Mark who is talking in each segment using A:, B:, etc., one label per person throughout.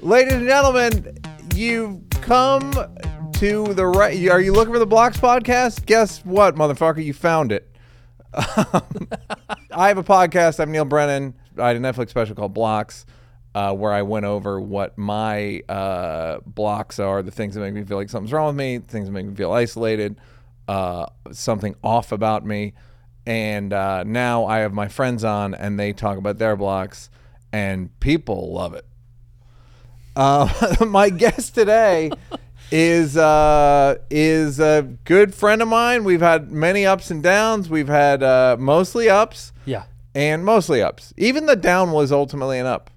A: Ladies and gentlemen, you've come to the right. Are you looking for the Blocks podcast? Guess what, motherfucker? You found it. Um, I have a podcast. I'm Neil Brennan. I had a Netflix special called Blocks, uh, where I went over what my uh, blocks are the things that make me feel like something's wrong with me, things that make me feel isolated, uh, something off about me. And uh, now I have my friends on, and they talk about their blocks, and people love it. Uh, my guest today is uh, is a good friend of mine. We've had many ups and downs. We've had uh, mostly ups
B: Yeah.
A: and mostly ups. Even the down was ultimately an up.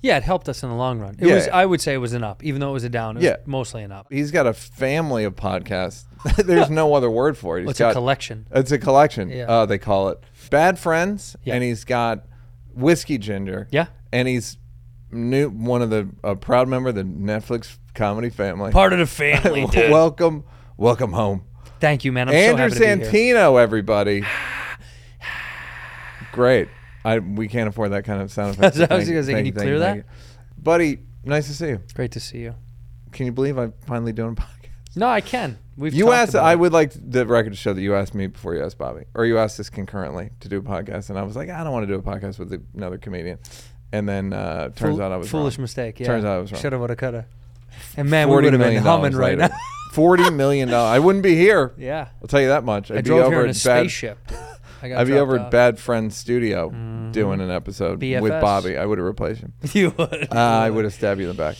B: Yeah, it helped us in the long run. It
A: Yeah.
B: was I would say it was an up, even though it was a down, it
A: Yeah.
B: was mostly an up.
A: He's got a family of podcasts. There's no other word for it. He's
B: It's
A: got,
B: a collection.
A: It's a collection.
B: Yeah.
A: Uh, they call it Bad Friends,
B: Yeah.
A: and he's got Whiskey Ginger.
B: Yeah.
A: and he's new one of the a proud member of the Netflix comedy family.
B: Part of the family, dude.
A: welcome, welcome home.
B: Thank you, man. I'm
A: Andrew
B: so happy to be here.
A: Santino, everybody. Great. I we can't afford that kind of sound effect.
B: what I was gonna say. Can you clear that?
A: buddy? Nice to see you.
B: Great to see you.
A: Can you believe I'm finally doing a podcast?
B: No, I can. We've
A: You
B: talked
A: asked.
B: about
A: I
B: it.
A: would like the record to show that you asked me before you asked Bobby, or you asked us concurrently to do a podcast, and I was like, I don't want to do a podcast with another comedian. And then uh, turns
B: Fool-
A: out I was
B: foolish
A: wrong.
B: mistake. Yeah.
A: Turns out I was wrong.
B: Shoulda, woulda, coulda. And man, we
A: Forty
B: would have been
A: million dollars
B: humming right
A: later.
B: now.
A: Forty million dollars. I wouldn't be here.
B: yeah.
A: I'll tell you that much. I'd
B: I
A: be
B: drove
A: over
B: here in a
A: at Bad-
B: spaceship. dude. I got
A: I'd be
B: dropped
A: over at
B: off. Mm.
A: Bad Friends Studio doing an episode with
B: BFFs.
A: Bobby. I would have replaced him.
B: you would.
A: Uh, I would have stabbed you in the back.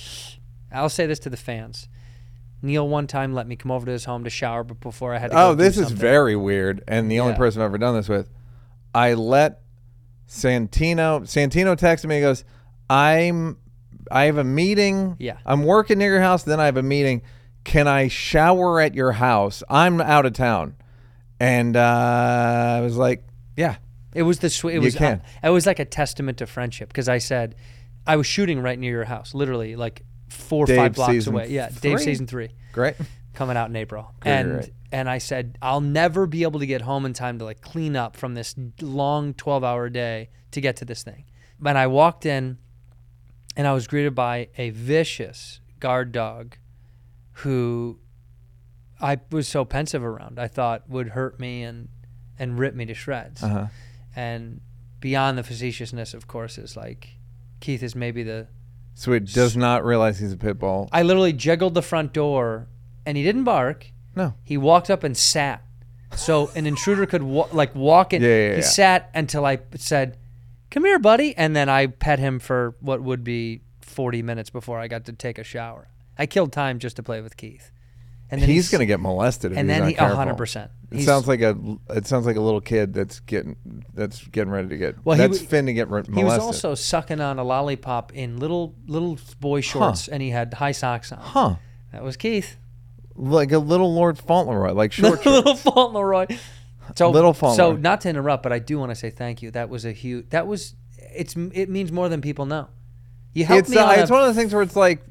B: I'll say this to the fans. Neil one time let me come over to his home to shower, but before I had to go
A: Oh,
B: do
A: this is
B: something-
A: very weird. And the only
B: Yeah.
A: person I've ever done this with, I let Santino. Santino texted me. He goes, "I'm, I have a meeting.
B: Yeah.
A: I'm working near your house. Then I have a meeting. Can I shower at your house? I'm out of town." And uh, I was like, "Yeah,
B: It was the sweet. It was.
A: can.
B: I- it was like a testament to friendship because I said, I was shooting right near your house, literally like four or
A: Dave
B: five blocks
A: season
B: away. Yeah,
A: three.
B: Dave season three
A: great."
B: coming out in April,
A: Great,
B: and
A: right.
B: and I said I'll never be able to get home in time to like clean up from this long twelve hour day to get to this thing. And I walked in, and I was greeted by a vicious guard dog, who I was so pensive around. I thought would hurt me and and rip me to shreds.
A: Uh-huh.
B: And beyond the facetiousness, of course, is like Keith is maybe the.
A: So it does not realize he's a pit bull.
B: I literally jiggled the front door, and he didn't bark.
A: No.
B: He walked up and sat, so an intruder could wa- like walk in.
A: Yeah, yeah,
B: he
A: yeah.
B: sat until I said, "Come here, buddy," and then I pet him for what would be forty minutes before I got to take a shower. I killed time just to play with Keith, and then
A: he's
B: he s-
A: going to get molested if
B: And
A: he's
B: then
A: not
B: he,
A: careful.
B: hundred percent.
A: It sounds like a it sounds like a little kid that's getting that's getting ready to get
B: Well, he
A: that's
B: w-
A: fin to get re- molested.
B: He was also sucking on a lollipop in little little boy shorts, and he had high socks on.
A: huh
B: That was Keith.
A: like a little Lord Fauntleroy, like short. shorts.
B: little Fauntleroy. So
A: Little
B: So
A: Fauntleroy.
B: not to interrupt, but I do want to say thank you. That was a huge. That was. It's. It means more than people know. You helped
A: it's
B: me.
A: uh,
B: on
A: it's
B: a-
A: one of the things where it's like,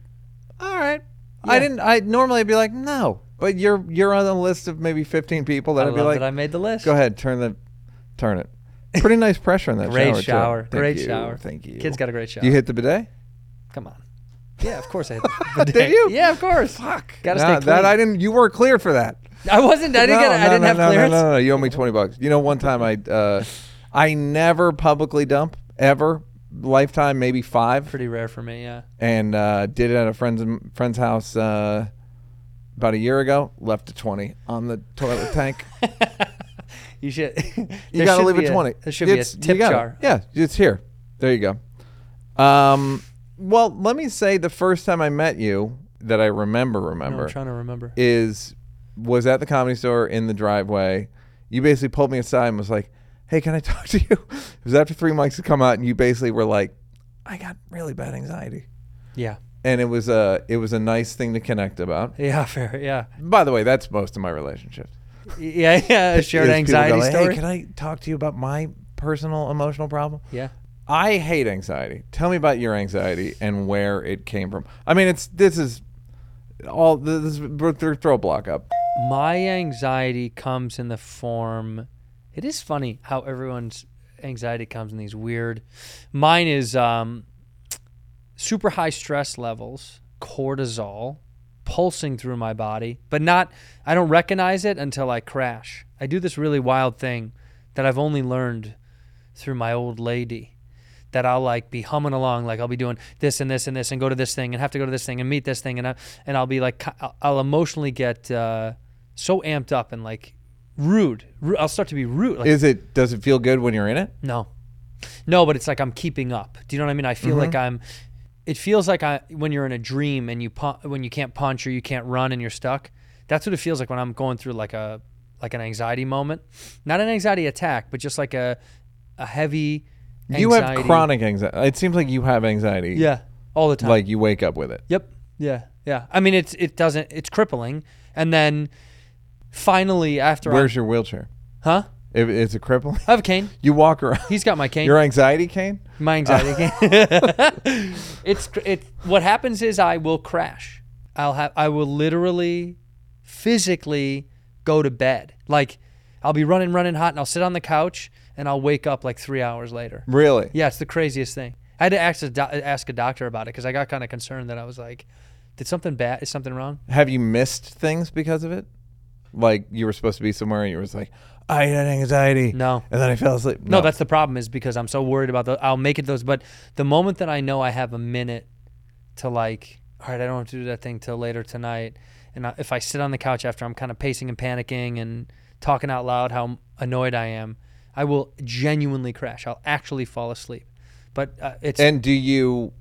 A: all right, I
B: Yeah.
A: didn't. I normally I'd be like no, but you're you're on the list of maybe 15 people that
B: I
A: would be
B: love
A: like,
B: that I made the list.
A: go ahead, turn the, turn it. Pretty nice pressure in that shower.
B: Great
A: too.
B: shower.
A: Thank
B: Great
A: you,
B: shower.
A: Thank you.
B: Kid's got a great shower.
A: Do you hit the bidet?
B: Come on. Yeah, of course I hit the bidet.
A: you?
B: Yeah, of course.
A: Fuck.
B: Gotta
A: Nah,
B: stay clean.
A: That I didn't. You weren't clear for that.
B: I wasn't. I didn't get. I didn't have
A: no,
B: clearance.
A: No, no, no, You owe me twenty bucks. You know, one time I, uh, I never publicly dump ever. Lifetime, maybe five,
B: Pretty rare for me. Yeah.
A: and uh, did it at a friend's friend's house uh, about a year ago. Left a twenty on the toilet tank.
B: You should.
A: You gotta leave a twenty.
B: There should
A: It's-
B: be
A: you
B: a tip
A: gotta-
B: jar.
A: Yeah, it's here. There you go. Um, well, let me say the first time I met you that I remember
B: No,
A: remember
B: I'm trying to remember.
A: is was at the comedy store in the driveway. You basically pulled me aside and was like, "Hey, can I talk to you?" It was after three mics had come out, and you basically were like, I got really bad anxiety.
B: Yeah.
A: And it was a it was a nice thing to connect about.
B: Yeah. Fair. Yeah.
A: By the way, that's most of my relationships.
B: Yeah. Yeah. a Shared
A: Is people
B: anxiety
A: go, "Hey,
B: story.
A: can I talk to you about my personal emotional problem?
B: yeah.
A: I hate anxiety. Tell me about your anxiety and where it came from. I mean, it's this is all this is th- throw a block up.
B: My anxiety comes in the form. It is funny how everyone's anxiety comes in these weird. Mine is um, super high stress levels, cortisol pulsing through my body, but not, I don't recognize it until I crash. I do this really wild thing that I've only learned through my old lady that I'll like be humming along, like I'll be doing this and this and this and go to this thing and have to go to this thing and meet this thing. And, I, and I'll be like, ki- I'll- I'll emotionally get uh, so amped up and like rude. Ru- I'll start to be rude. Like,
A: Is it does it feel good when you're in it?
B: no. No, but it's like I'm keeping up. Do you know what I mean? I feel like
A: Mm-hmm.
B: I'm it feels like I when you're in a dream and you pun- when you can't punch or you can't run and you're stuck. That's what it feels like when I'm going through like a like an anxiety moment. Not an anxiety attack, but just like a a heavy anxiety.
A: You have chronic anxiety. It seems like you have anxiety.
B: Yeah. All the time.
A: Like you wake up with it.
B: Yep. Yeah. Yeah. I mean it's it doesn't it's crippling. And then finally after
A: Where's your wheelchair?
B: I Huh?
A: If it's a crippling.
B: I have a cane.
A: You walk around.
B: He's got my cane.
A: Your anxiety cane?
B: My anxiety. it's cr- it. What happens is I will crash. I'll have. I will literally, physically go to bed. Like I'll be running, running hot, and I'll sit on the couch, and I'll wake up like three hours later.
A: Really?
B: Yeah, it's the craziest thing. I had to ask a, do- ask a doctor about it because I got kind of concerned that I was like, did something bad? Is something wrong?
A: Have you missed things because of it? Like you were supposed to be somewhere and you were just like, I had anxiety.
B: No.
A: And then I fell asleep.
B: No, that's the problem is because I'm so worried about the I'll make it to those but the moment that I know I have a minute to like all right, I don't have to do that thing till later tonight and I, if I sit on the couch after I'm kind of pacing and panicking and talking out loud how annoyed I am, I will genuinely crash. I'll actually fall asleep. But uh, it's
A: And do you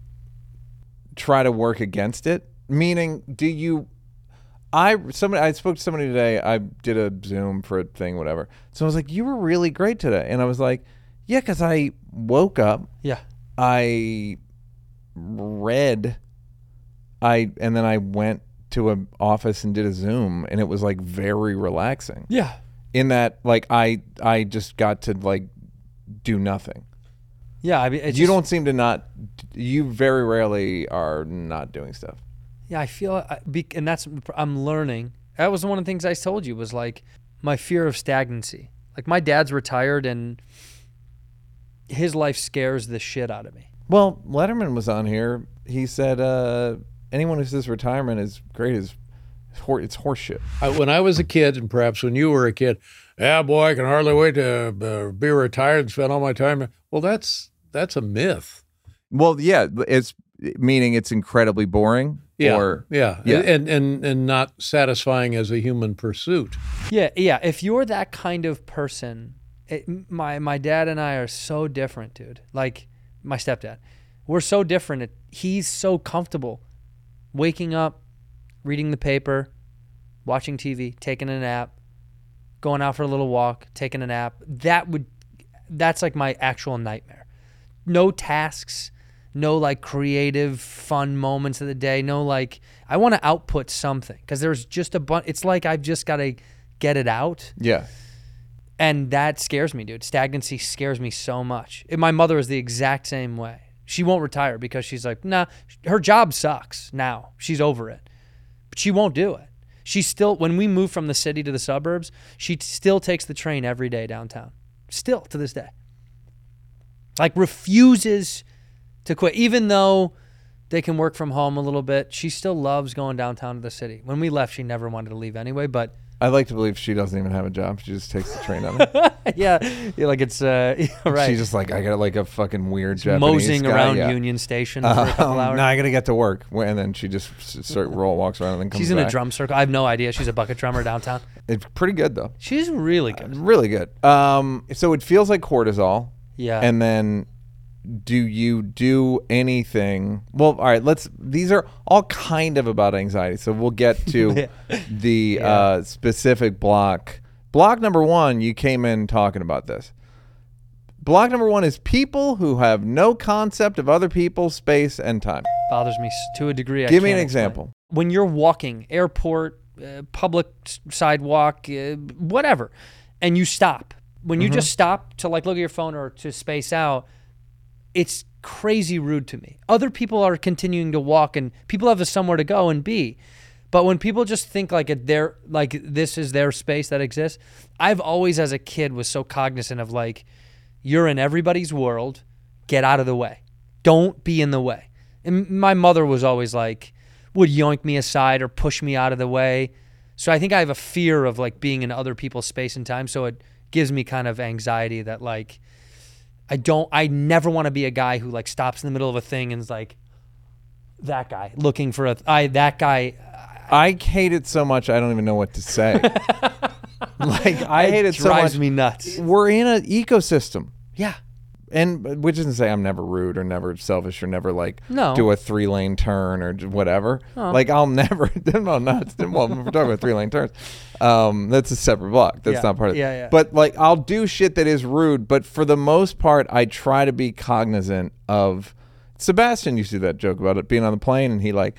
A: try to work against it? Meaning, do you? I somebody I spoke to somebody today. I did a Zoom for a thing, whatever. So I was like, "You were really great today," and I was like, "Yeah," because I woke up,
B: yeah.
A: I read, I and then I went to an office and did a Zoom, and it was like very relaxing.
B: Yeah.
A: In that, like, I I just got to like do nothing.
B: Yeah, I mean, it's
A: You
B: just-
A: don't seem to not. You very rarely are not doing stuff.
B: Yeah, I feel, I, be, and that's I'm learning. That was one of the things I told you was like my fear of stagnancy. Like my dad's retired, and his life scares the shit out of me.
A: Well, Letterman was on here. He said, uh, "Anyone who says retirement is great is hor- it's horseshit."
C: I, when I was a kid, and perhaps when you were a kid, yeah, boy, I can hardly wait to uh, be retired and spend all my time. Well, that's that's a myth.
A: Well, yeah, it's meaning it's incredibly boring.
C: Yeah,
A: Or
C: yeah,
A: yeah.
C: and and and not satisfying as a human pursuit.
B: Yeah, yeah. If you're that kind of person, it, my my dad and I are so different, dude. Like my stepdad, we're so different. It, he's so comfortable waking up, reading the paper, watching TV, taking a nap, going out for a little walk, taking a nap. That would that's like my actual nightmare. No tasks, no like creative fun moments of the day, no like I want to output something cuz there's just a bunch it's like I've just got to get it out
A: yeah.
B: and that scares me, dude. Stagnancy scares me so much. And my mother is the exact same way. She won't retire because she's like, nah, her job sucks now. She's over it. But she won't do it. She still, when we moved from the city to the suburbs, she t- still takes the train every day downtown. Still to this day. Like refuses to quit, even though they can work from home a little bit. She still loves going downtown to the city. When we left, she never wanted to leave anyway, but
A: I like to believe she doesn't even have a job. She just takes the train on it.
B: yeah, yeah like it's, uh, right.
A: She's just like I got like a fucking weird Japanese
B: moseying
A: guy,
B: around
A: yeah.
B: Union Station for a couple
A: Um,
B: hours.
A: no, I gotta get to work, and then she just s- sort of roll walks around and then comes.
B: She's in a
A: back.
B: drum circle. I have no idea. She's a bucket drummer downtown.
A: It's pretty good though.
B: She's really good.
A: Really good. Um, so it feels like cortisol.
B: Yeah.
A: And then, do you do anything? Well, all right. Let's. These are all kind of about anxiety. So we'll get to the uh, specific block. Block number one. You came in talking about this. Block number one is people who have no concept of other people, space, and time.
B: bothers me s- to a degree. I
A: Give me an
B: can't explain.
A: example.
B: When you're walking, airport, uh, public s- sidewalk, uh, whatever, and you stop. When you
A: Mm-hmm.
B: just stop to like look at your phone or to space out, it's crazy rude to me. Other people are continuing to walk and people have somewhere to go and be. But when people just think like it their like this is their space that exists, I've always as a kid was so cognizant of like you're in everybody's world, get out of the way. Don't be in the way. And my mother was always like would yoink me aside or push me out of the way. So I think I have a fear of like being in other people's space and time, so it gives me kind of anxiety that like I don't. I never want to be a guy who like stops in the middle of a thing and is like, that guy looking for a. I that guy.
A: I hate it so much, I don't even know what to say. like, I hate it so
B: drives
A: much.
B: me nuts.
A: We're in an ecosystem.
B: Yeah.
A: and which doesn't say I'm never rude or never selfish or never like
B: No.
A: do a three lane turn or j- whatever. Like I'll never. no, nuts. Well, we're talking about three lane turns. Um, that's a separate block. That's
B: Yeah.
A: not part of.
B: Yeah, yeah.
A: But like I'll do shit that is rude, but for the most part, I try to be cognizant of. Sebastian used to do that joke about it being on the plane, and he like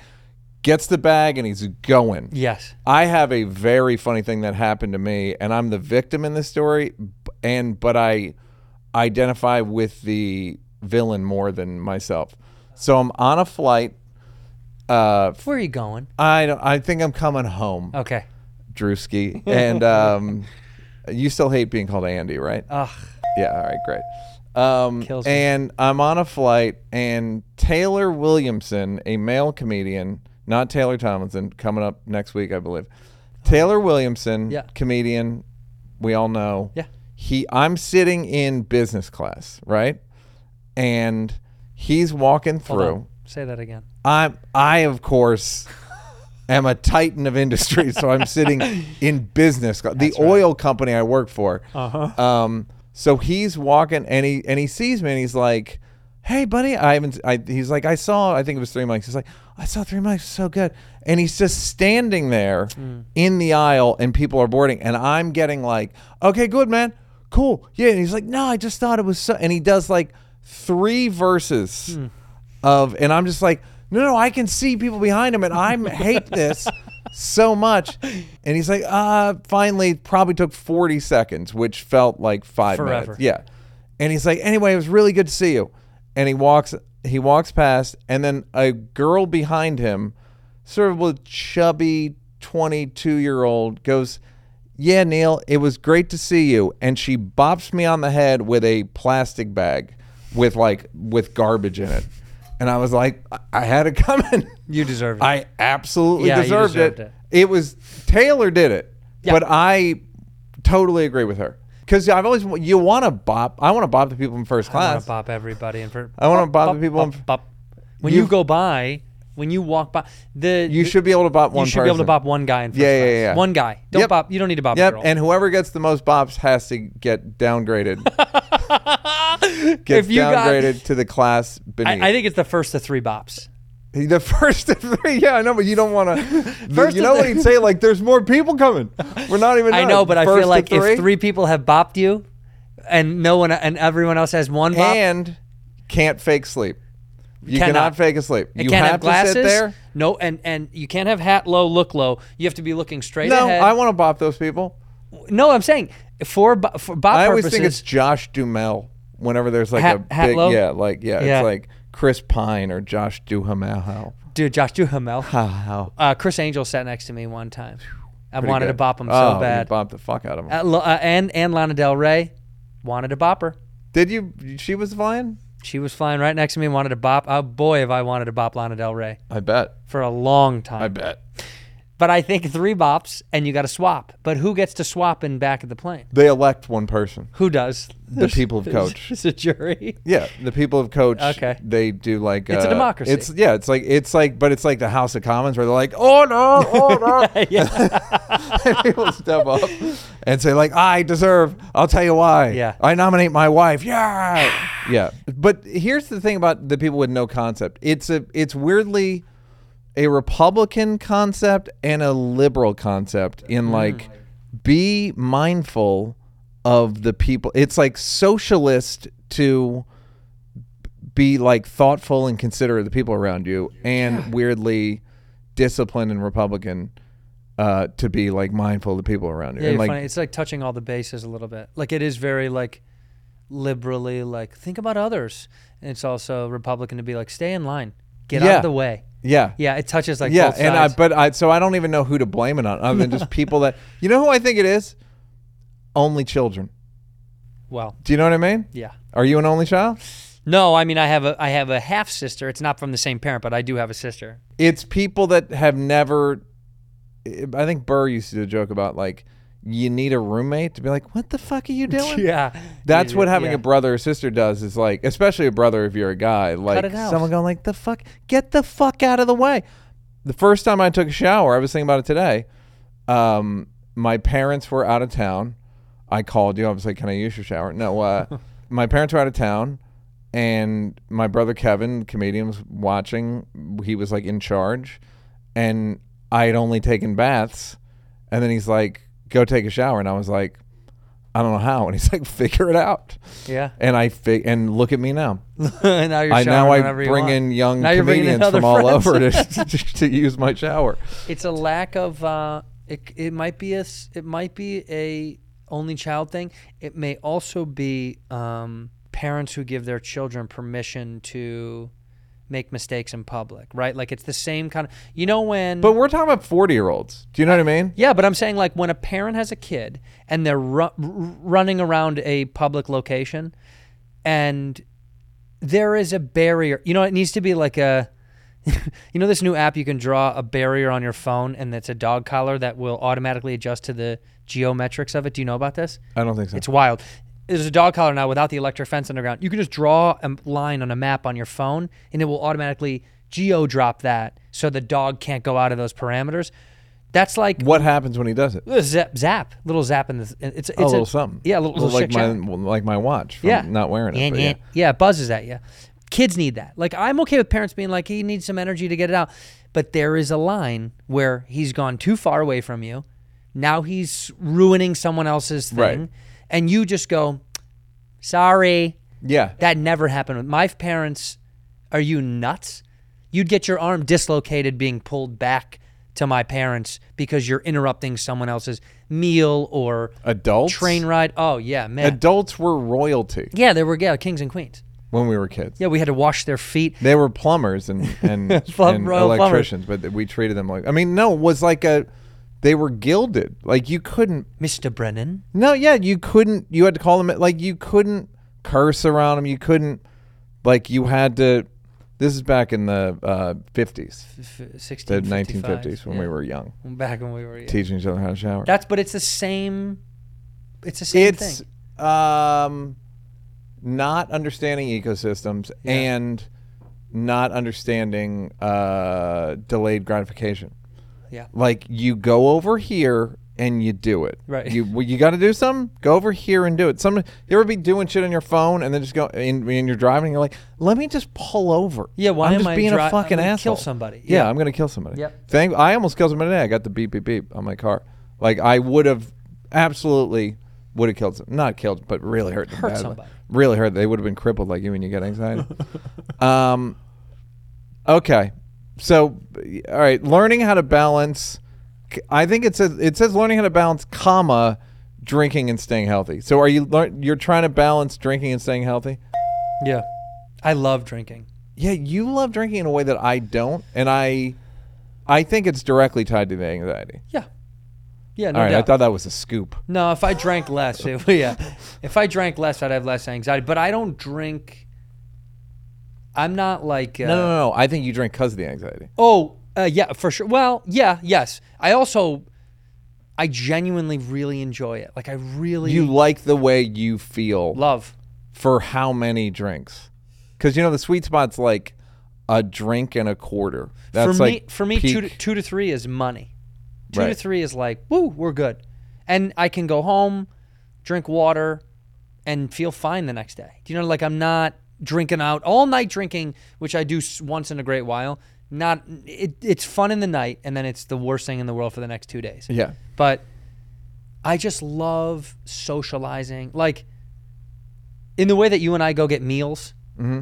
A: gets the bag and he's going.
B: Yes.
A: I have a very funny thing that happened to me, and I'm the victim in this story, b- and but I identify with the villain more than myself. So I'm on a flight. Uh,
B: Where are you going?
A: I don't, I think I'm coming home,
B: Okay.
A: Drewski, and um, you still hate being called Andy, right?
B: Ugh.
A: Yeah, all right, great. Um,
B: Kills me.
A: and I'm on a flight, and Taylor Williamson, a male comedian, not Taylor Tomlinson, coming up next week, I believe. Taylor Williamson,
B: Yeah.
A: comedian, we all know.
B: Yeah.
A: He, I'm sitting in business class, right? And he's walking
B: Hold
A: through.
B: on. Say that again.
A: I'm I of course am a titan of industry, so I'm sitting in business. The oil company I work for. Uh-huh. Um, so he's walking and he and he sees me and he's like, "Hey, buddy!" I haven't. I, he's like, "I saw. I think it was three mics." He's like, "I saw three mics. So good." And he's just standing there in the aisle, and people are boarding, and I'm getting like, "Okay, good, man." Cool. Yeah. And he's like, no, I just thought it was so. And he does like three verses of and I'm just like, no, no, I can see people behind him and I hate this so much. And he's like, uh, finally probably took 40 seconds, which felt like five
B: Forever.
A: minutes. Yeah. And he's like, anyway, it was really good to see you. And he walks he walks past and then a girl behind him, sort of a chubby 22 year old goes, yeah, Neil, it was great to see you. And she bops me on the head with a plastic bag with like with garbage in it. And I was like, I- I had it coming.
B: You deserve it.
A: I absolutely
B: Yeah, you
A: deserved,
B: deserved
A: it.
B: it.
A: it. was Taylor did it, but I totally agree with her because I've always you want to bop. I want to bop the people in first
B: I want
A: class.
B: to bop everybody and for.
A: I wanna bop the people in
B: Bop,
A: f-
B: bop. When you
A: You've-
B: go by, when you walk by, the
A: you
B: the-
A: should be able to bop one.
B: you should be able to
A: person.
B: bop one guy in first
A: Yeah, yeah,
B: class.
A: yeah.
B: One guy. Don't
A: Yep.
B: bop. You don't need to bop. a
A: Yep,
B: girl.
A: and whoever gets the most bops has to get downgraded. gets
B: If you got-
A: downgraded to the class beneath.
B: I, I think it's the first of three bops.
A: The first of three, yeah, I know, but you don't want to.
B: First
A: You
B: of
A: know what
B: the-
A: he'd say? Like, there's more people coming. We're not even.
B: I
A: done.
B: know, but I
A: First
B: feel
A: of
B: like if three people have bopped you, and no one and everyone else has one bop,
A: and can't fake sleep, you
B: Cannot.
A: cannot, fake a sleep.
B: and
A: you
B: can't
A: have,
B: have glasses.
A: to sit there.
B: No, and and you can't have hat low, look low. You have to be looking straight
A: No,
B: ahead.
A: I want to bop those people.
B: no, I'm saying for bo- for bop
A: I always
B: purposes.
A: think it's Josh Dumel. Whenever there's like
B: Hat-
A: a
B: hat
A: big,
B: low?
A: yeah, like yeah,
B: Yeah.
A: it's like Chris Pine or Josh Duhamel.
B: dude, Josh Duhamel,
A: How
B: uh, Chris Angel sat next to me one time. I wanted to bop him
A: oh,
B: so bad.
A: You bopped the fuck out of him.
B: Uh, lo- uh, and and Lana Del Rey wanted to bop her.
A: Did you? She was flying.
B: She was flying right next to me and wanted to bop. Oh boy, have I wanted to bop Lana Del Rey
A: I bet.
B: for a long time.
A: I bet.
B: But I think three bops and you got to swap. But who gets to swap in back of the plane?
A: They elect one person.
B: Who does?
A: The people of coach.
B: It's a jury.
A: Yeah, the people of Coach.
B: Okay.
A: They do like
B: It's a
A: uh,
B: democracy.
A: It's yeah, it's like it's like, but it's like the House of Commons where they're like, oh no, oh no,
B: yeah.
A: people step up and say like, I deserve. I'll tell you why.
B: Yeah.
A: I nominate my wife. Yeah, yeah. But here's the thing about the people with no concept. It's a it's weirdly a Republican concept and a liberal concept in like be mindful of the people. It's like socialist to be like thoughtful and considerate of the people around you, and weirdly disciplined and Republican uh, to be like mindful of the people around you.
B: Yeah,
A: and
B: you're
A: like
B: funny. It's like touching all the bases a little bit. Like it is very like liberally like think about others, and it's also Republican to be like stay in line, get out
A: Yeah.
B: of the way.
A: yeah,
B: Yeah, it touches like
A: yeah,
B: both
A: and I
B: sides.
A: but I so I don't even know who to blame it on other than just people that you know who I think it is. Only children.
B: well,
A: Do you know what I mean?
B: yeah.
A: Are you an only child?
B: No, I mean I have a I have a half sister. It's not from the same parent, but I do have a sister.
A: it's people that have never i think burr used to do a joke about like you need a roommate to be like what the fuck are you doing
B: Yeah,
A: that's what having
B: Yeah.
A: a brother or sister does is like especially a brother if you're a guy like
B: it out.
A: someone going like the fuck get the fuck out of the way the first time i took a shower i was thinking about it today um, my parents were out of town i called you i was like can i use your shower no uh, my parents were out of town and my brother Kevin, comedian, was watching. He was like in charge, and I had only taken baths, and then he's like, "Go take a shower," and I was like, "I don't know how," and he's like, "Figure it out,ut."
B: Yeah.
A: and I fi- and look at me now.
B: now you're
A: I
B: showering
A: now I
B: whenever you
A: bring
B: want.
A: in young
B: Now you're bringing in
A: comedians
B: other
A: from all
B: friends.
A: over to, to, to use my shower.
B: It's a lack of. Uh, it it might be a s- it might be a only child thing. It may also be um, parents who give their children permission to make mistakes in public, right? Like it's the same kind of you know when.
A: But we're talking about forty-year-olds. Do you know what I mean?
B: yeah, but I'm saying like when a parent has a kid and they're ru- r- running around a public location, and there is a barrier. You know, it needs to be like a. you know this new app you can draw a barrier on your phone and it's a dog collar that will automatically adjust to the geometrics of it. Do you know about this?
A: I don't think so.
B: It's wild. There's a dog collar now without the electric fence underground. You can just draw a line on a map on your phone and it will automatically geo drop that so the dog can't go out of those parameters. That's like
A: what happens when he does it?
B: zap, zap, little zap in the. It's, it's
A: Oh, a little something.
B: Yeah, a little, little
A: like
B: shit
A: my
B: chat.
A: like my watch. From
B: Yeah.
A: not wearing it.
B: Yeah,
A: but
B: yeah.
A: yeah.
B: Yeah, it buzzes at you. Kids need that. Like I'm okay with parents being like, he needs some energy to get it out. But there is a line where he's gone too far away from you. Now he's ruining someone else's thing.
A: Right.
B: And you just go, sorry.
A: yeah.
B: That never happened with my parents. Are you nuts? You'd get your arm dislocated being pulled back to my parents because you're interrupting someone else's meal or
A: Adults.
B: train ride. Oh yeah, man.
A: Adults were royalty
B: yeah, there were yeah, kings and queens.
A: when we were kids.
B: Yeah, we had to wash their feet.
A: They were plumbers and and,
B: Plum-
A: and
B: royal plumbers.
A: electricians, but we treated them like. I mean, no, it was like a. They were gilded. Like you couldn't.
B: Mr. Brennan.
A: No, yeah, you couldn't. You had to call them. Like you couldn't curse around them. You couldn't. Like you had to. This is back in the uh, fifties,
B: f-
A: the
B: 1655.
A: nineteen fifties, when we were young,
B: back when we were yeah.
A: teaching each other how to shower.
B: That's but it's the same it's the same
A: it's
B: thing.
A: um not understanding ecosystems and not understanding uh delayed gratification
B: Yeah.
A: like you go over here and you do it
B: Right.
A: you well, you got to do something go over here and do it some you ever be doing shit on your phone and then just go and, and you're driving and you're like let me just pull over
B: Yeah, why
A: i'm
B: am
A: just
B: I
A: being
B: dri-
A: a fucking
B: I'm gonna kill
A: asshole
B: somebody.
A: yeah,
B: Yeah.
A: i'm gonna kill somebody
B: Yep.
A: Thank, I almost killed somebody today. I got the beep beep beep on my car. Like I would have absolutely would have killed some, not killed, but really hurt them
B: Hurt
A: badly.
B: somebody.
A: Really hurt. They would have been crippled like you when you get anxiety. um, okay, so all right, learning how to balance. I think it says it says learning how to balance, comma, drinking and staying healthy. So are you learn you're trying to balance drinking and staying healthy?
B: Yeah. I love drinking.
A: Yeah, you love drinking in a way that I don't, and I, I think it's directly tied to the anxiety.
B: Yeah. Yeah, no
A: All right,
B: doubt.
A: I thought that was a scoop.
B: no, if I drank less, it, yeah. If I drank less, I'd have less anxiety, but I don't drink I'm not like uh,
A: No, no, no. I think you drink because of the anxiety.
B: Oh, uh, yeah, for sure. Well, yeah, yes. I also I genuinely really enjoy it. Like I really
A: You like the way you feel
B: love
A: for how many drinks? Because you know the sweet spot's like a drink and a quarter. That's
B: for
A: like
B: me, for me,
A: peak.
B: two to, two to three is money. Two to
A: Right.
B: three is like, woo, we're good, and I can go home, drink water, and feel fine the next day. Do you know, like I'm not drinking out all night drinking, which I do s- once in a great while. Not it, it's fun in the night, and then it's the worst thing in the world for the next two days.
A: Yeah.
B: But I just love socializing. Like in the way that you and I go get meals,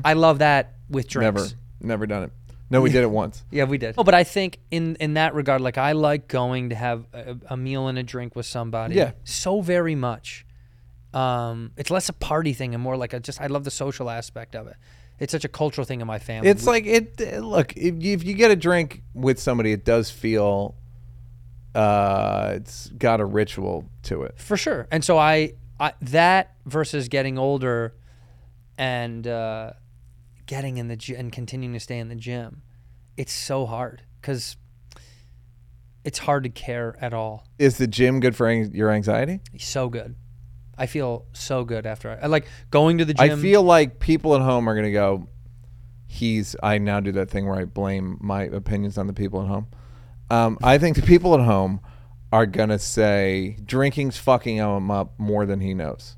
B: I love that with drinks.
A: Mm-hmm. Never, never done it. No, we did it once.
B: Yeah, we did. Oh, but I think in in that regard, like I like going to have a, a meal and a drink with somebody.
A: Yeah.
B: so very much. Um, it's less a party thing and more like a just I love the social aspect of it. It's such a cultural thing in my family.
A: It's like it. uh, Look, if you, if you get a drink with somebody, it does feel. Uh, it's got a ritual to it.
B: for sure. And so I, I that versus getting older, and uh, getting in the gy- and continuing to stay in the gym, it's so hard because it's hard to care at all.
A: Is the gym good for ang- your anxiety?
B: so good. I feel so good after I, I like going to the
A: I
B: gym.
A: feel like people at home are gonna go. He's. I now do that thing where I blame my opinions on the people at home. Um, I think the people at home are gonna say drinking's fucking him up more than he knows.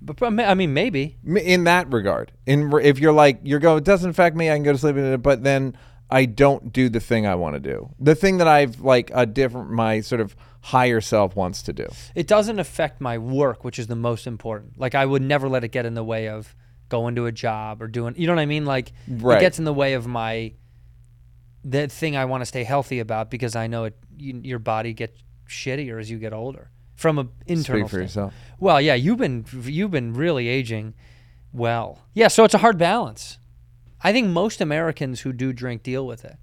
B: but, but ma- I mean, maybe
A: M- in that regard. In re- if you're like you're going, it doesn't affect me. I can go to sleep in it, but then I don't do the thing I want to do. The thing that I've like a different my sort of higher self wants to do.
B: it doesn't affect my work, which is the most important. Like I would never let it get in the way of going to a job or doing. You know what I mean? Like
A: Right.
B: it gets in the way of my the thing I want to stay healthy about because I know it. You, your body gets shittier as you get older. From an internal.
A: Speak for
B: stand-
A: yourself.
B: Well, yeah, you've been you've been really aging well. Yeah, so it's a hard balance. I think most Americans who do drink deal with it,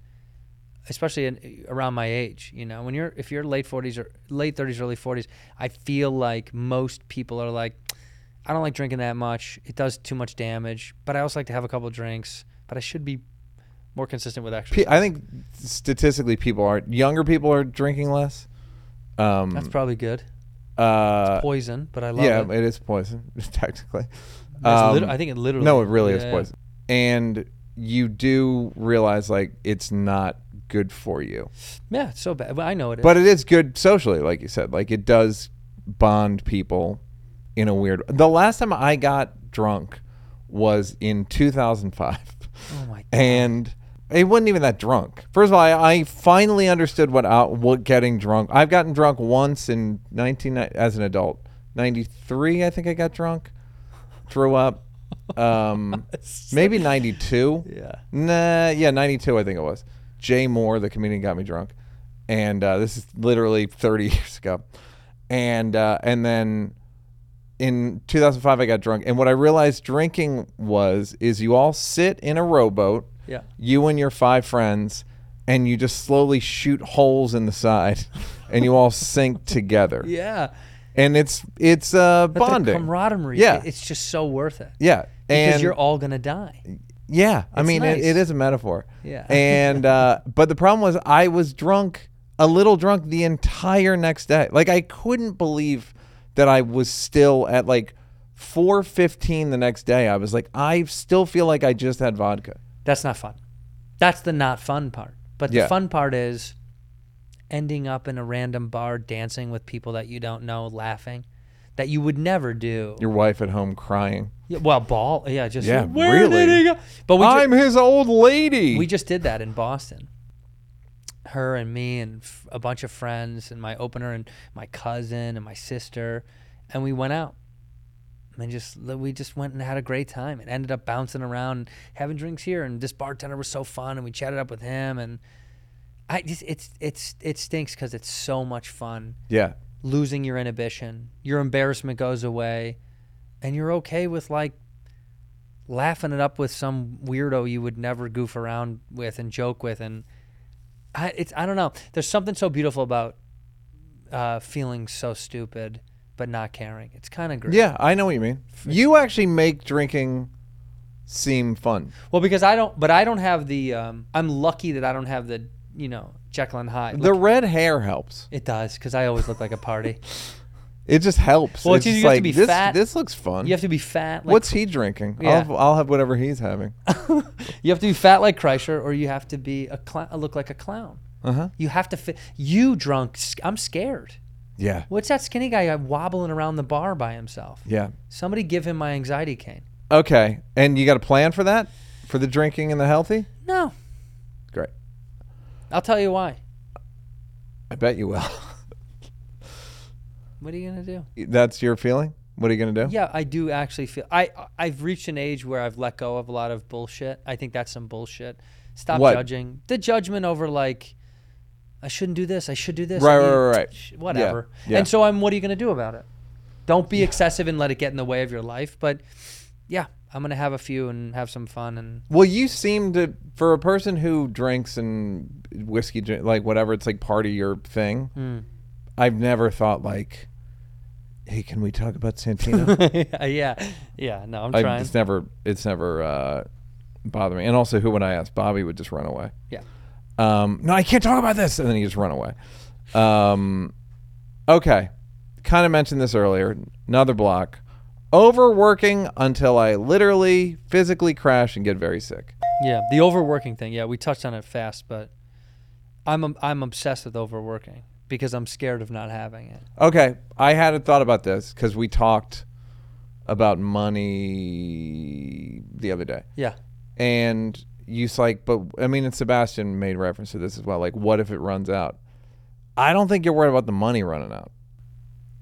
B: especially in, around my age. You know, when you're if you're late forties or late thirties, early forties, I feel like most people are like, I don't like drinking that much. It does too much damage. But I also like to have a couple drinks. But I should be more consistent with exercise.
A: P- I think statistically, people are younger people are drinking less. Um,
B: That's probably good.
A: uh,
B: Poison, but I love
A: yeah,
B: it.
A: it is poison technically.
B: That's lit-
A: Um,
B: I think it literally.
A: No, it really is
B: Yeah.
A: poison. And you do realize like it's not good for you.
B: Yeah, it's so bad. Well, I know it is.
A: But it is good socially, like you said. Like it does bond people in a weird. The last time I got drunk was in 2005,
B: oh my
A: and it wasn't even that drunk. First of all, I, I finally understood what out what getting drunk. I've gotten drunk once in 19 ni- as an adult. 93, I think I got drunk, threw up. Um, maybe 92.
B: Yeah.
A: Nah, yeah, 92, I think it was. Jay Moore, the comedian, got me drunk. And uh, this is literally 30 years ago. And, uh, and then in 2005, I got drunk. And what I realized drinking was is you all sit in a rowboat,
B: Yeah.
A: you and your five friends, and you just slowly shoot holes in the side and you all sink together.
B: Yeah.
A: And it's it's uh,
B: But the
A: bonding.
B: camaraderie.
A: Yeah.
B: it- it's just so worth it.
A: yeah.
B: Because
A: and
B: you're all gonna die.
A: Yeah, I
B: It's
A: mean
B: nice.
A: it, it is a metaphor.
B: Yeah.
A: and uh, but the problem was I was drunk, a little drunk the entire next day. Like I couldn't believe that I was still at like four fifteen the next day. I was like, I still feel like I just had vodka.
B: That's not fun. That's the not fun part. But the
A: Yeah.
B: fun part is ending up in a random bar dancing with people that you don't know, laughing, that you would never do.
A: Your wife at home crying.
B: Yeah, well, ball. Yeah, just
A: Yeah,
B: where did
A: really.
B: he go? But we ju-
A: I'm his old lady.
B: we just did that in Boston. Her and me and f- a bunch of friends and my opener and my cousin and my sister, and we went out. And just we just went and had a great time. It ended up bouncing around, and having drinks here, and this bartender was so fun, and we chatted up with him. And I just it's it's it stinks because it's so much fun
A: yeah,
B: losing your inhibition. Your embarrassment goes away, and you're okay with like laughing it up with some weirdo you would never goof around with and joke with. And I, it's I don't know. There's something so beautiful about uh, feeling so stupid but not caring. It's kind of great.
A: yeah. I know what you mean. You actually make drinking seem fun.
B: Well, because I don't, but I don't have the. Um, I'm lucky that I don't have the you know Jekyll and Hyde.
A: The red hair helps.
B: it does because I always look like a party.
A: It just helps.
B: Well,
A: it's just
B: it's- you have to
A: like
B: be
A: this.
B: fat.
A: This looks fun.
B: You have to be fat. Like,
A: What's he drinking?
B: Yeah.
A: I'll, have, I'll have whatever he's having.
B: You have to be fat like Kreischer, or you have to be a cl- look like a clown. Uh-huh. You have to fit. You drunk. s- I'm scared.
A: Yeah.
B: What's that skinny guy wobbling around the bar by himself?
A: Yeah.
B: Somebody give him my anxiety cane.
A: Okay. And you got a plan for that? For the drinking and the healthy?
B: No,
A: Great.
B: I'll tell you why.
A: I bet you will.
B: What are you gonna do?
A: That's your feeling? What are you going to do?
B: Yeah, I do actually feel I I've reached an age where I've let go of a lot of bullshit. I think that's some bullshit. Stop
A: What?
B: judging. The judgment over like I shouldn't do this. I should do this. I
A: Right,
B: need-
A: right, right,
B: sh-
A: right.
B: Whatever.
A: Yeah, yeah.
B: And so I'm. What are you gonna do about it? Don't be excessive and let it get in the way of your life. But yeah, I'm gonna have a few and have some fun and
A: Well, you seem to, for a person who drinks and whiskey, drink, like whatever, it's like part of your thing.
B: Hmm.
A: I've never thought like, hey, can we talk about Santino?
B: yeah, yeah. No, I'm
A: I,
B: trying.
A: it's never, it's never uh, bothered me. And also, who when I asked Bobby would just run away.
B: yeah.
A: Um, no, I can't talk about this, and then he just run away. Um, okay, kind of mentioned this earlier. Another block, overworking until I literally physically crash and get very sick.
B: Yeah, the overworking thing. Yeah, we touched on it fast, but I'm I'm obsessed with overworking because I'm scared of not having it.
A: Okay, I hadn't thought about this because we talked about money the other day,
B: Yeah.
A: and you s- like, but I mean, and Sebastian made reference to this as well. Like, what if it runs out? I don't think you're worried about the money running out.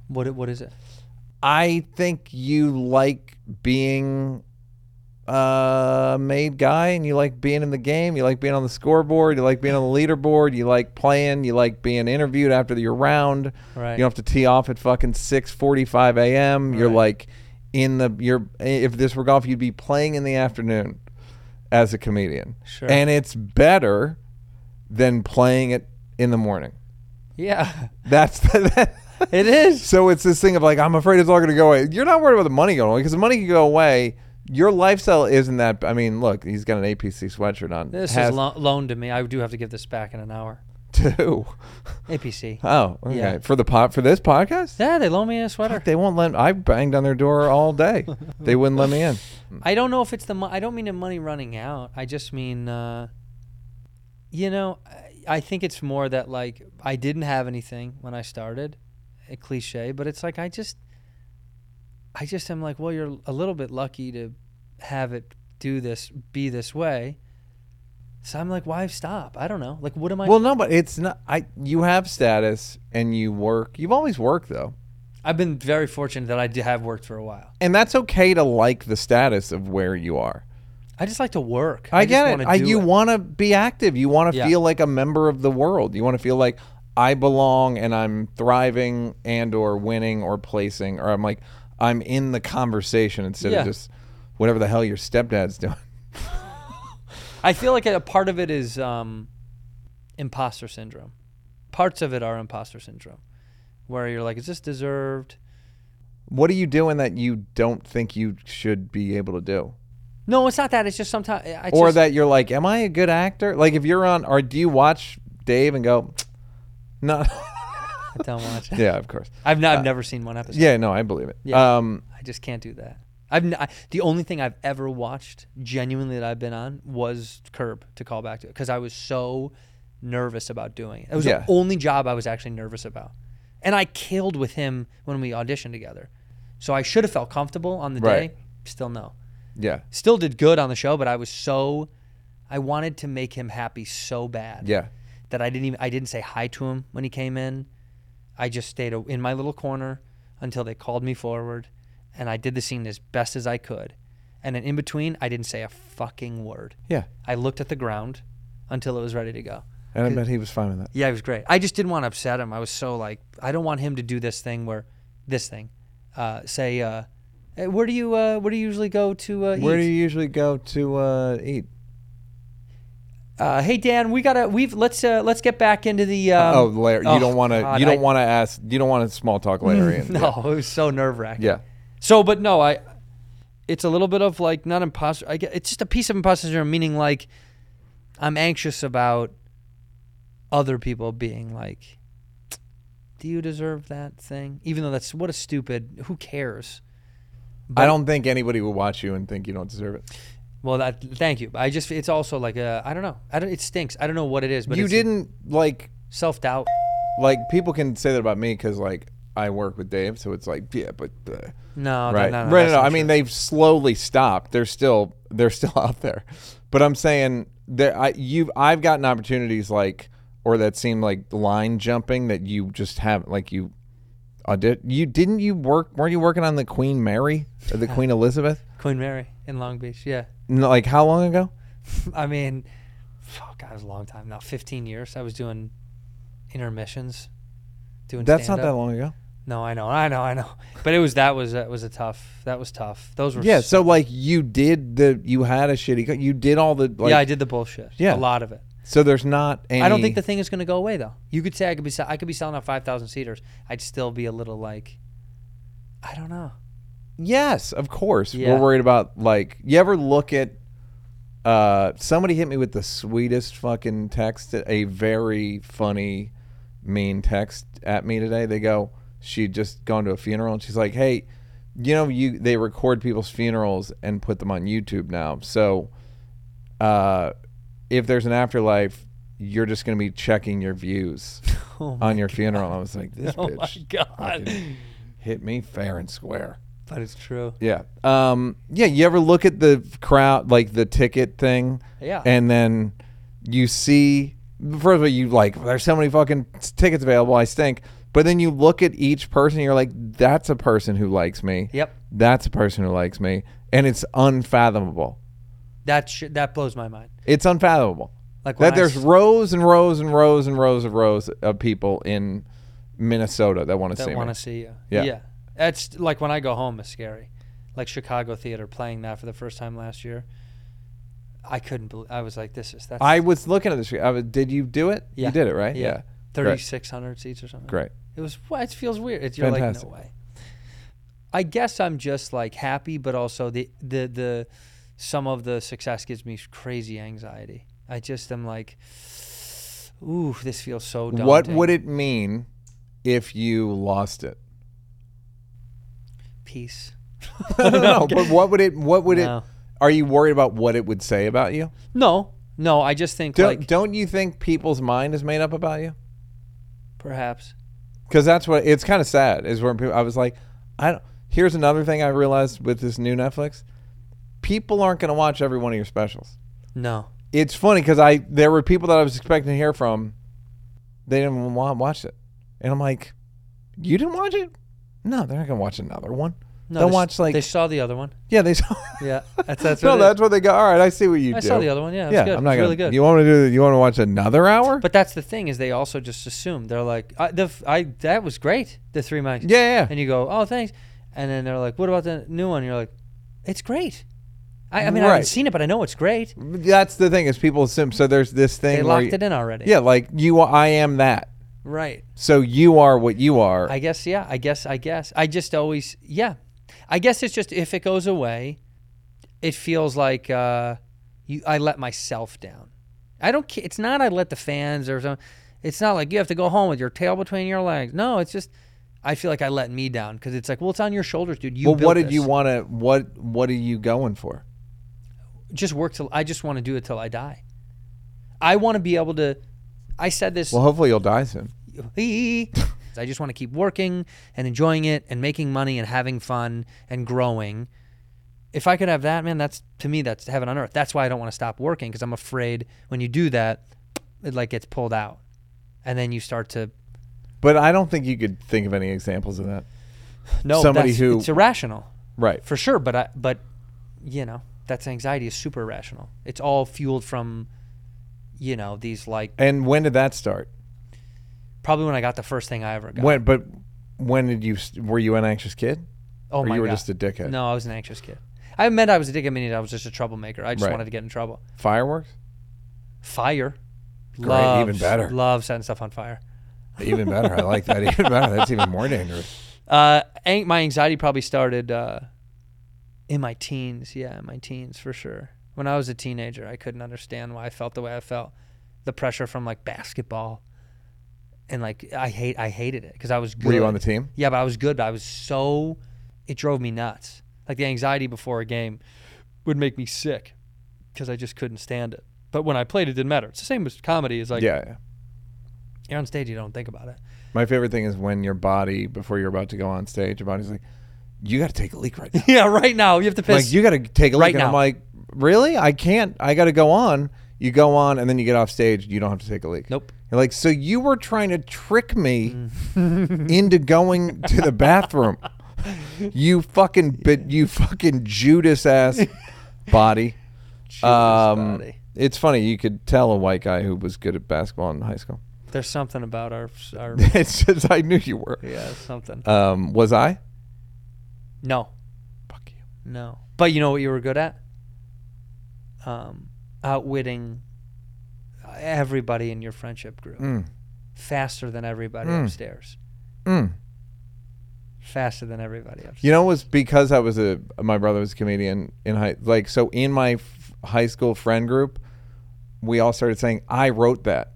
B: What it- what is it?
A: I think you like being a made guy and you like being in the game, you like being on the scoreboard, you like being on the leaderboard, you like playing, you like being interviewed after your round.
B: Right.
A: You don't have to tee off at fucking 6:45 a.m. You're like in the you're if this were golf, you'd be playing in the afternoon as a comedian.
B: Sure.
A: And it's better than playing it in the morning.
B: Yeah,
A: That's the,
B: it is.
A: So it's this thing of like, I'm afraid it's all going to go away. You're not worried about the money going away because the money can go away. Your lifestyle isn't that. I mean, look, he's got an APC sweatshirt on.
B: This
A: Has
B: is lo- loaned to me. I do have to give this back in an hour.
A: two.
B: APC.
A: Oh, okay.
B: Yeah.
A: For the pot for this podcast,
B: Yeah, they loan me a sweater.
A: they won't let. I banged on their door all day. they wouldn't let me in.
B: I don't know if it's the. Mo- I don't mean the money running out. I just mean, uh, you know, I- I think it's more that like I didn't have anything when I started, a cliche, but it's like I just, I just am like, well, you're a little bit lucky to have it do this, be this way. So I'm like, why stop? I don't know. Like, what am I?
A: Well, no, but it's not. I you have status and you work. You've always worked though,
B: I've been very fortunate that I do have worked for a while.
A: and that's okay to like the status of where you are.
B: I just like to work.
A: I,
B: just
A: get
B: wanna
A: it. I,
B: do
A: you want to be active. You want to
B: Yeah.
A: feel like a member of the world. You want to feel like I belong and I'm thriving and or winning or placing or I'm like I'm in the conversation instead
B: Yeah.
A: of just whatever the hell your stepdad's doing.
B: I feel like a part of it is um, imposter syndrome. Parts of it are imposter syndrome, where you're like, is this deserved?
A: What are you doing that you don't think you should be able to do?
B: No, it's not that. It's just sometimes. I
A: Or
B: just,
A: that you're like, am I a good actor? Like if you're on or do you watch Dave and go, no.
B: I don't watch. it.
A: yeah, of course.
B: I've not. I've never seen one episode.
A: Yeah, no, I believe it.
B: Yeah.
A: Um
B: I just can't do that. I've n- I, the only thing I've ever watched genuinely that I've been on was Curb to call back to it because I was so nervous about doing it. It was
A: Yeah.
B: the only job I was actually nervous about, and I killed with him when we auditioned together. So I should have felt comfortable on the
A: Right.
B: day. Still no.
A: yeah.
B: still did good on the show, but I was so I wanted to make him happy so bad.
A: Yeah.
B: That I didn't even I didn't say hi to him when he came in. I just stayed a- in my little corner until they called me forward and I did the scene as best as I could. And then in between, I didn't say a fucking word.
A: Yeah.
B: I looked at the ground until it was ready to go.
A: And I bet he was fine with that.
B: Yeah, it was great. I just didn't want to upset him. I was so like, I don't want him to do this thing where, this thing, uh, say, uh, "Hey, where do you uh, where do you usually go to uh,
A: Where
B: eat?
A: do you usually go to uh, eat?
B: Uh, hey Dan, we gotta we've let's uh, let's get back into the um,
A: oh, Larry, you don't want to.
B: God,
A: You don't
B: I- Mm,
A: want to ask. You don't want to small talk, Larry. and-
B: No, it was so nerve wracking.
A: Yeah.
B: So, but no, I it's a little bit of like not imposter. I get it's just a piece of imposter syndrome, meaning like I'm anxious about other people being like, do you deserve that thing? Even though that's what a stupid. Who cares?
A: I don't think anybody would watch you and think you don't deserve it.
B: Well, that thank you. I just it's also like uh, I don't know. I don't. It stinks. I don't know what it is, but
A: you
B: it's
A: didn't like
B: self doubt.
A: like people can say that about me because like I work with Dave, so it's like yeah, but uh,
B: No,
A: right,
B: that, Oh, no, no,
A: right.
B: that's
A: No, no,
B: not
A: I
B: true.
A: mean they've slowly stopped. They're still they're still out there, but I'm saying there I you I've gotten opportunities like or that seem like line jumping that you just haven't like you audit. You didn't you work? Weren't you working on the Queen Mary or the Queen Elizabeth?
B: Queen Mary in Long Beach. Yeah.
A: No, like how long ago?
B: I mean, oh God, it was a long time. Now, 15 years. I was doing intermissions. Doing
A: That's not that
B: stand-up.
A: long ago.
B: No, I know, I know, I know. But it was that was that was a tough. That was tough. Those were
A: Yeah.
B: s-
A: So like you did the you had a shitty. co- You did all the like.
B: yeah. I did the bullshit.
A: Yeah.
B: a lot of it.
A: So there's not any.
B: I don't think the thing is going to go away though. You could say I could be se- I could be selling out 5,000 seaters. I'd still be a little like, I don't know.
A: Yes, of course.
B: Yeah.
A: We're worried about like you ever look at uh somebody hit me with the sweetest fucking text a very funny mean text at me today. They go, She'd just gone to a funeral and she's like, Hey, you know you they record people's funerals and put them on YouTube now. So uh if there's an afterlife, you're just gonna be checking your views on your funeral. I was like, This
B: Oh my
A: bitch
B: god.
A: hit me fair and square.
B: But it's true.
A: Yeah. Um, yeah. You ever look at the crowd, like the ticket thing?
B: Yeah.
A: And then you see, first of all, you like, there's so many fucking tickets available. I stink. But then you look at each person, you're like, that's a person who likes me.
B: Yep.
A: That's a person who likes me. And it's unfathomable.
B: That sh- that blows my mind.
A: It's unfathomable.
B: Like when
A: that
B: I
A: there's
B: s-
A: rows and rows and rows and rows of rows of people in Minnesota that want to see
B: that
A: me.
B: want to see you.
A: Yeah.
B: yeah. That's like when I go home is scary. Like Chicago theater playing that for the first time last year. I couldn't believe. I was like, this is that's
A: I was looking at this. I was, did you do it?
B: Yeah.
A: You did it, right?
B: thirty six hundred seats or something.
A: Great.
B: It was. wha- It feels weird. It's, you're
A: Fantastic.
B: like no way. I guess I'm just like happy, but also the the the some of the success gives me crazy anxiety. I just am like, ooh, this feels so. Daunting.
A: What would it mean if you lost it?
B: peace?
A: no, but what would it? What would
B: No.
A: it? Are you worried about what it would say about you?
B: No, no. I just think
A: Don't
B: like
A: Don't you think people's mind is made up about you?
B: perhaps.
A: Because that's what it's kind of sad. Is where people, I was like, I don't. Here's another thing I realized with this new Netflix: people aren't going to watch every one of your specials.
B: No.
A: It's funny because I there were people that I was expecting to hear from, they didn't want watch it, and I'm like, you didn't watch it? No, they're not going to watch another one.
B: No,
A: they'll
B: they s-
A: watch like
B: they saw the other one.
A: yeah they saw.
B: Yeah, that's that's
A: no,
B: what it is.
A: that's what they got. All right, I see what you
B: I
A: do.
B: saw the other one. Yeah, it was
A: yeah,
B: good.
A: I'm
B: It
A: not
B: was
A: gonna,
B: really good.
A: You want me to do? You want to watch another hour?
B: But that's the thing is they also just assume they're like, I, the f- I that was great, the three mics.
A: yeah, yeah, yeah.
B: And you go, oh thanks, and then they're like, what about the new one? You're like, it's great. I, I mean, I
A: Right.
B: haven't seen it, but I know it's great.
A: That's the thing is people assume. So there's this thing.
B: They
A: where
B: locked
A: you-
B: it in already.
A: Yeah, like you. are- I am that.
B: Right.
A: So you are what you are.
B: I guess. Yeah. I guess. I guess. I just always. Yeah. I guess it's just if it goes away, it feels like uh, you. I let myself down. I don't. ca- It's not. I let the fans or something. It's not like you have to go home with your tail between your legs. No. It's just. I feel like I let me down because it's like, well, it's on your shoulders, dude. You.
A: well, what
B: built
A: did you
B: this.
A: want to? What What are you going for?
B: Just work till. I just want to do it till I die. I want to be able to. I said this.
A: Well, hopefully you'll die soon.
B: I just want to keep working and enjoying it and making money and having fun and growing. If I could have that, man, that's to me that's heaven on earth. That's why I don't want to stop working because I'm afraid when you do that, it like gets pulled out, and then you start to
A: But I don't think you could think of any examples of that.
B: no.
A: Somebody
B: that's-
A: who-
B: it's irrational
A: Right.
B: for sure, but I but you know that's anxiety is super irrational. It's all fueled from you know these like
A: And when did that start?
B: probably when I got the first thing I ever got.
A: When? But when did you? st- Were you an anxious kid?
B: Oh
A: Or
B: my
A: you were
B: God.
A: just a dickhead?
B: No, I was an anxious kid. I meant I was a dickhead, meaning I was just a troublemaker. I just
A: Right.
B: wanted to get in trouble.
A: Fireworks?
B: Fire.
A: Great,
B: Love,
A: even better.
B: Love setting stuff on fire.
A: Even better. I like that. Even better. That's even more dangerous.
B: Uh, an- my anxiety probably started uh, in my teens. Yeah, in my teens for sure. When I was a teenager, I couldn't understand why I felt the way I felt. The pressure from like basketball, and like I hate, I hated it because I was good.
A: Were you on the team?
B: Yeah, but I was good, but I was so it drove me nuts. Like the anxiety before a game would make me sick because I just couldn't stand it. But when I played, it didn't matter. It's the same as comedy. Is like
A: Yeah. yeah.
B: you're on stage, you don't think about it.
A: My favorite thing is when your body, before you're about to go on stage, your body's like, "You got to take a leak right now."
B: yeah, right now you have to
A: like
B: piss.
A: you got to take a leak,
B: Right
A: and I'm
B: now.
A: like, "Really? I can't. I got to go on." You go on, and then you get off stage. You don't have to take a leak.
B: Nope.
A: You're like, so you were trying to trick me
B: Mm.
A: into going to the bathroom. you fucking but you fucking Judas ass body. Um,
B: body.
A: it's funny. You could tell a white guy who was good at basketball in high school.
B: There's something about our our
A: It's just I knew you were.
B: yeah something.
A: Um, was I?
B: No,
A: Fuck you.
B: no. But you know what you were good at? Um, outwitting everybody in your friendship group faster than everybody upstairs.
A: Mm.
B: Faster than everybody upstairs.
A: You know, it was because I was a my brother was a comedian in high like so in my f- high school friend group, we all started saying I wrote that.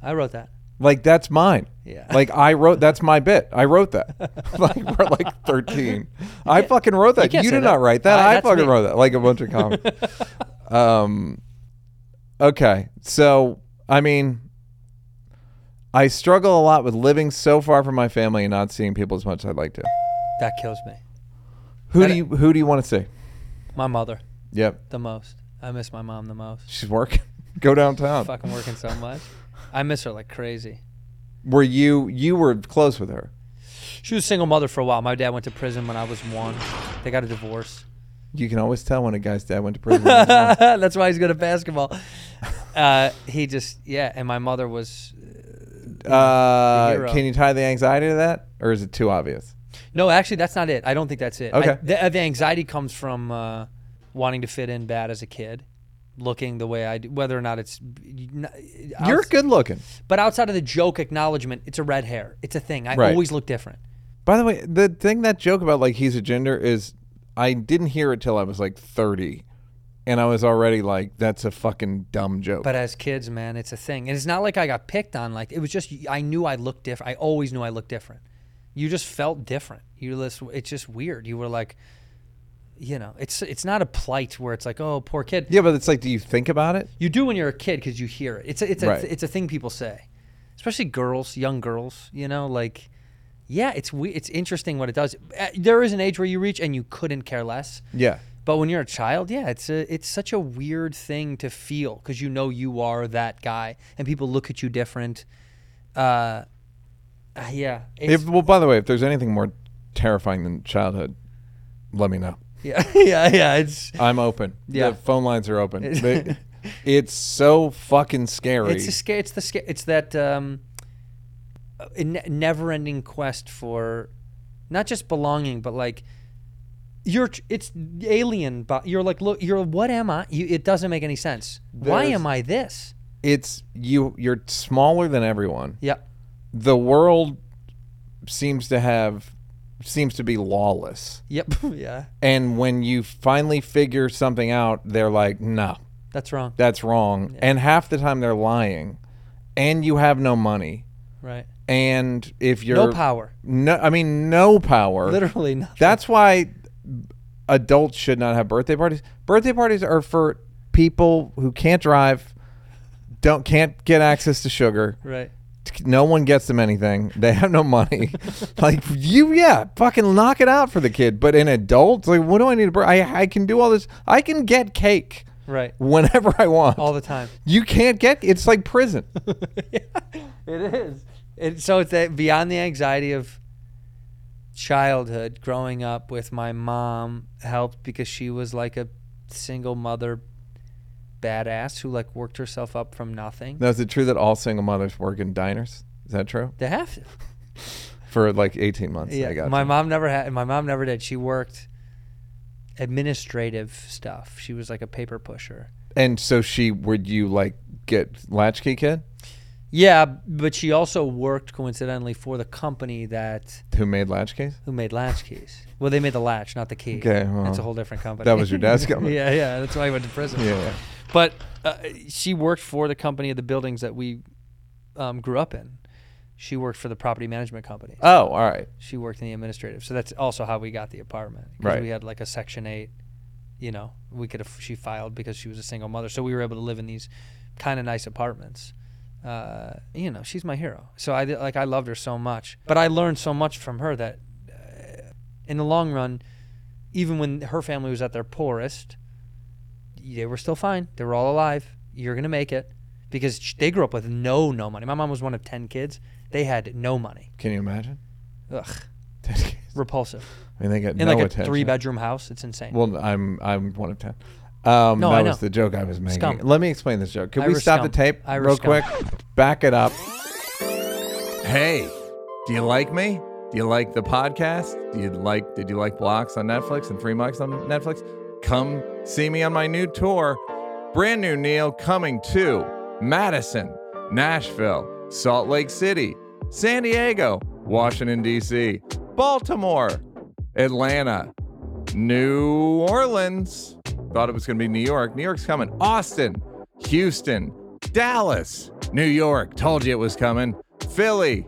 B: I wrote that.
A: Like that's mine.
B: Yeah.
A: Like I wrote that's my bit. I wrote that. like we're like 13. I fucking wrote that. You,
B: can't say
A: did
B: that.
A: not write that.
B: Uh,
A: I
B: that's
A: fucking
B: me.
A: wrote that. Like a bunch of comics. um okay. So, I mean I struggle a lot with living so far from my family and not seeing people as much as I'd like to.
B: That kills me.
A: Who
B: And
A: do
B: it-
A: you who do you want to see?
B: My mother
A: Yep.
B: the most. I miss my mom the most.
A: She's working. Go downtown.
B: Fucking working so much. I miss her like crazy.
A: Were you you were close with her?
B: She was a single mother for a while. My dad went to prison when I was one. They got a divorce.
A: You can always tell when a guy's dad went to prison.
B: That's why he's good at basketball. Uh, he just yeah. And my mother was
A: Uh,
B: hero.
A: can you tie the anxiety to that, or is it too obvious?
B: no. Actually, that's not it. I don't think that's it.
A: Okay.
B: I, the, the anxiety comes from uh, wanting to fit in bad as a kid, looking the way I do. Whether or not it's
A: You're good looking.
B: but outside of the joke acknowledgement, it's a red hair. It's a thing. I
A: Right.
B: always look different.
A: By the way, the thing that joke about like he's a gender is, I didn't hear it till I was like thirty, and I was already like, that's a fucking dumb joke.
B: But as kids, man, it's a thing. And it's not like I got picked on. Like it was just I knew I looked different. I always knew I looked different. You just felt different. You just it's just weird. You were like, you know, it's it's not a plight where it's like, oh, poor kid.
A: yeah, but it's like, do you think about it?
B: You do when you're a kid because you hear it. It's a, it's a,
A: Right.
B: it's a thing people say, especially girls, young girls. You know, like, yeah, it's we it's interesting what it does. Uh, There is an age where you reach and you couldn't care less.
A: Yeah,
B: But when you're a child, yeah, it's a, it's such a weird thing to feel because you know you are that guy, and people look at you different. Uh, uh, yeah, it's,
A: If well, by the way, if there's anything more terrifying than childhood, let me know.
B: yeah, yeah, yeah. It's
A: I'm open.
B: Yeah.
A: the phone lines are open. They- it's so fucking scary.
B: it's a sca- It's the sca- It's that um, a ne- never-ending quest for not just belonging, but like you're. tr- It's alien. But you're like, look, you're what am I? You, it doesn't make any sense. Why
A: There's-
B: am I this?
A: it's you. You're smaller than everyone.
B: Yeah,
A: the world seems to have seems to be lawless.
B: yep, yeah.
A: And when you finally figure something out, they're like, "No,
B: That's wrong.
A: that's wrong." And half the time they're lying. And you have no money.
B: Right.
A: And if you're
B: No power.
A: No, I mean no power.
B: Literally nothing.
A: That's why adults should not have birthday parties. Birthday parties are for people who can't drive, don't can't get access to sugar.
B: Right.
A: no one gets them anything. They have no money. like you, yeah, fucking knock it out for the kid. But an adult, like, what do I need to? br- I I can do all this. I can get cake
B: Right.
A: whenever I want.
B: All the time.
A: you can't get. It's like prison.
B: It is. It, so it's that beyond the anxiety of childhood, growing up with my mom helped because she was like a single mother badass who like worked herself up from nothing.
A: now, is it true that all single mothers work in diners? Is that true?
B: They have to.
A: For like eighteen months, I
B: Yeah.
A: got
B: My
A: you.
B: mom never had my mom never did. She worked administrative stuff. She was like a paper pusher.
A: And so she would you like get latchkey kid
B: Yeah, but she also worked coincidentally for the company that
A: who made latchkeys?
B: who made latch keys. Well, they made the latch, not the key.
A: Okay, well,
B: that's a whole different company.
A: That was your dad's coming.
B: yeah, yeah, that's why I went to prison.
A: yeah.
B: But uh, she worked for the company of the buildings that we um, grew up in. She worked for the property management company.
A: Oh, all right.
B: She worked in the administrative. So that's also how we got the apartment. 'cause
A: Right.
B: We had like a section eight. You know, we could have. She filed because she was a single mother, so we were able to live in these kind of nice apartments. Uh, you know, she's my hero. So I like I loved her so much, but I learned so much from her that, uh, in the long run, even when her family was at their poorest, they were still fine. They were all alive. You're gonna make it. because sh- they grew up with no no money. My mom was one of ten kids. They had no money.
A: Can you imagine?
B: Ugh,
A: Ten kids.
B: repulsive.
A: I mean, they got
B: In
A: no
B: like a
A: attention.
B: three bedroom house, it's insane.
A: Well, I'm I'm one of ten. Um,
B: No,
A: that
B: I
A: was
B: know.
A: the joke I was making.
B: Scum.
A: Let me explain this joke. Can we
B: Irish
A: stop the
B: scum.
A: tape
B: Irish
A: real
B: scum.
A: quick? Back it up. Hey, do you like me? Do you like the podcast? Do you like? Did you like Blocks on Netflix and Three Mics on Netflix? Come see me on my new tour, brand new Neil, coming to Madison, Nashville, Salt Lake City, San Diego, Washington D.C., Baltimore, Atlanta, New Orleans. Thought it was going to be New York. New York's coming. Austin, Houston, Dallas, New York. Told you it was coming. Philly,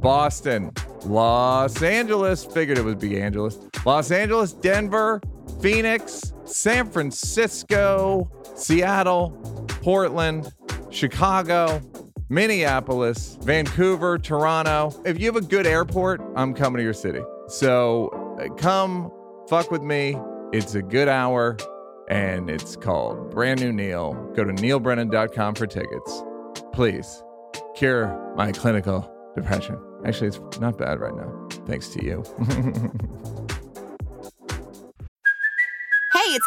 A: Boston, Los Angeles. Figured it would be Angeles. Los Angeles, Denver, Phoenix, San Francisco, Seattle, Portland, Chicago, Minneapolis, Vancouver, Toronto. If you have a good airport, I'm coming to your city. So uh, come fuck with me. It's a good hour and it's called Brand New Neil. Go to neilbrennan.com for tickets. Please cure my clinical depression. Actually, it's not bad right now. Thanks to you.
D: Hey, it's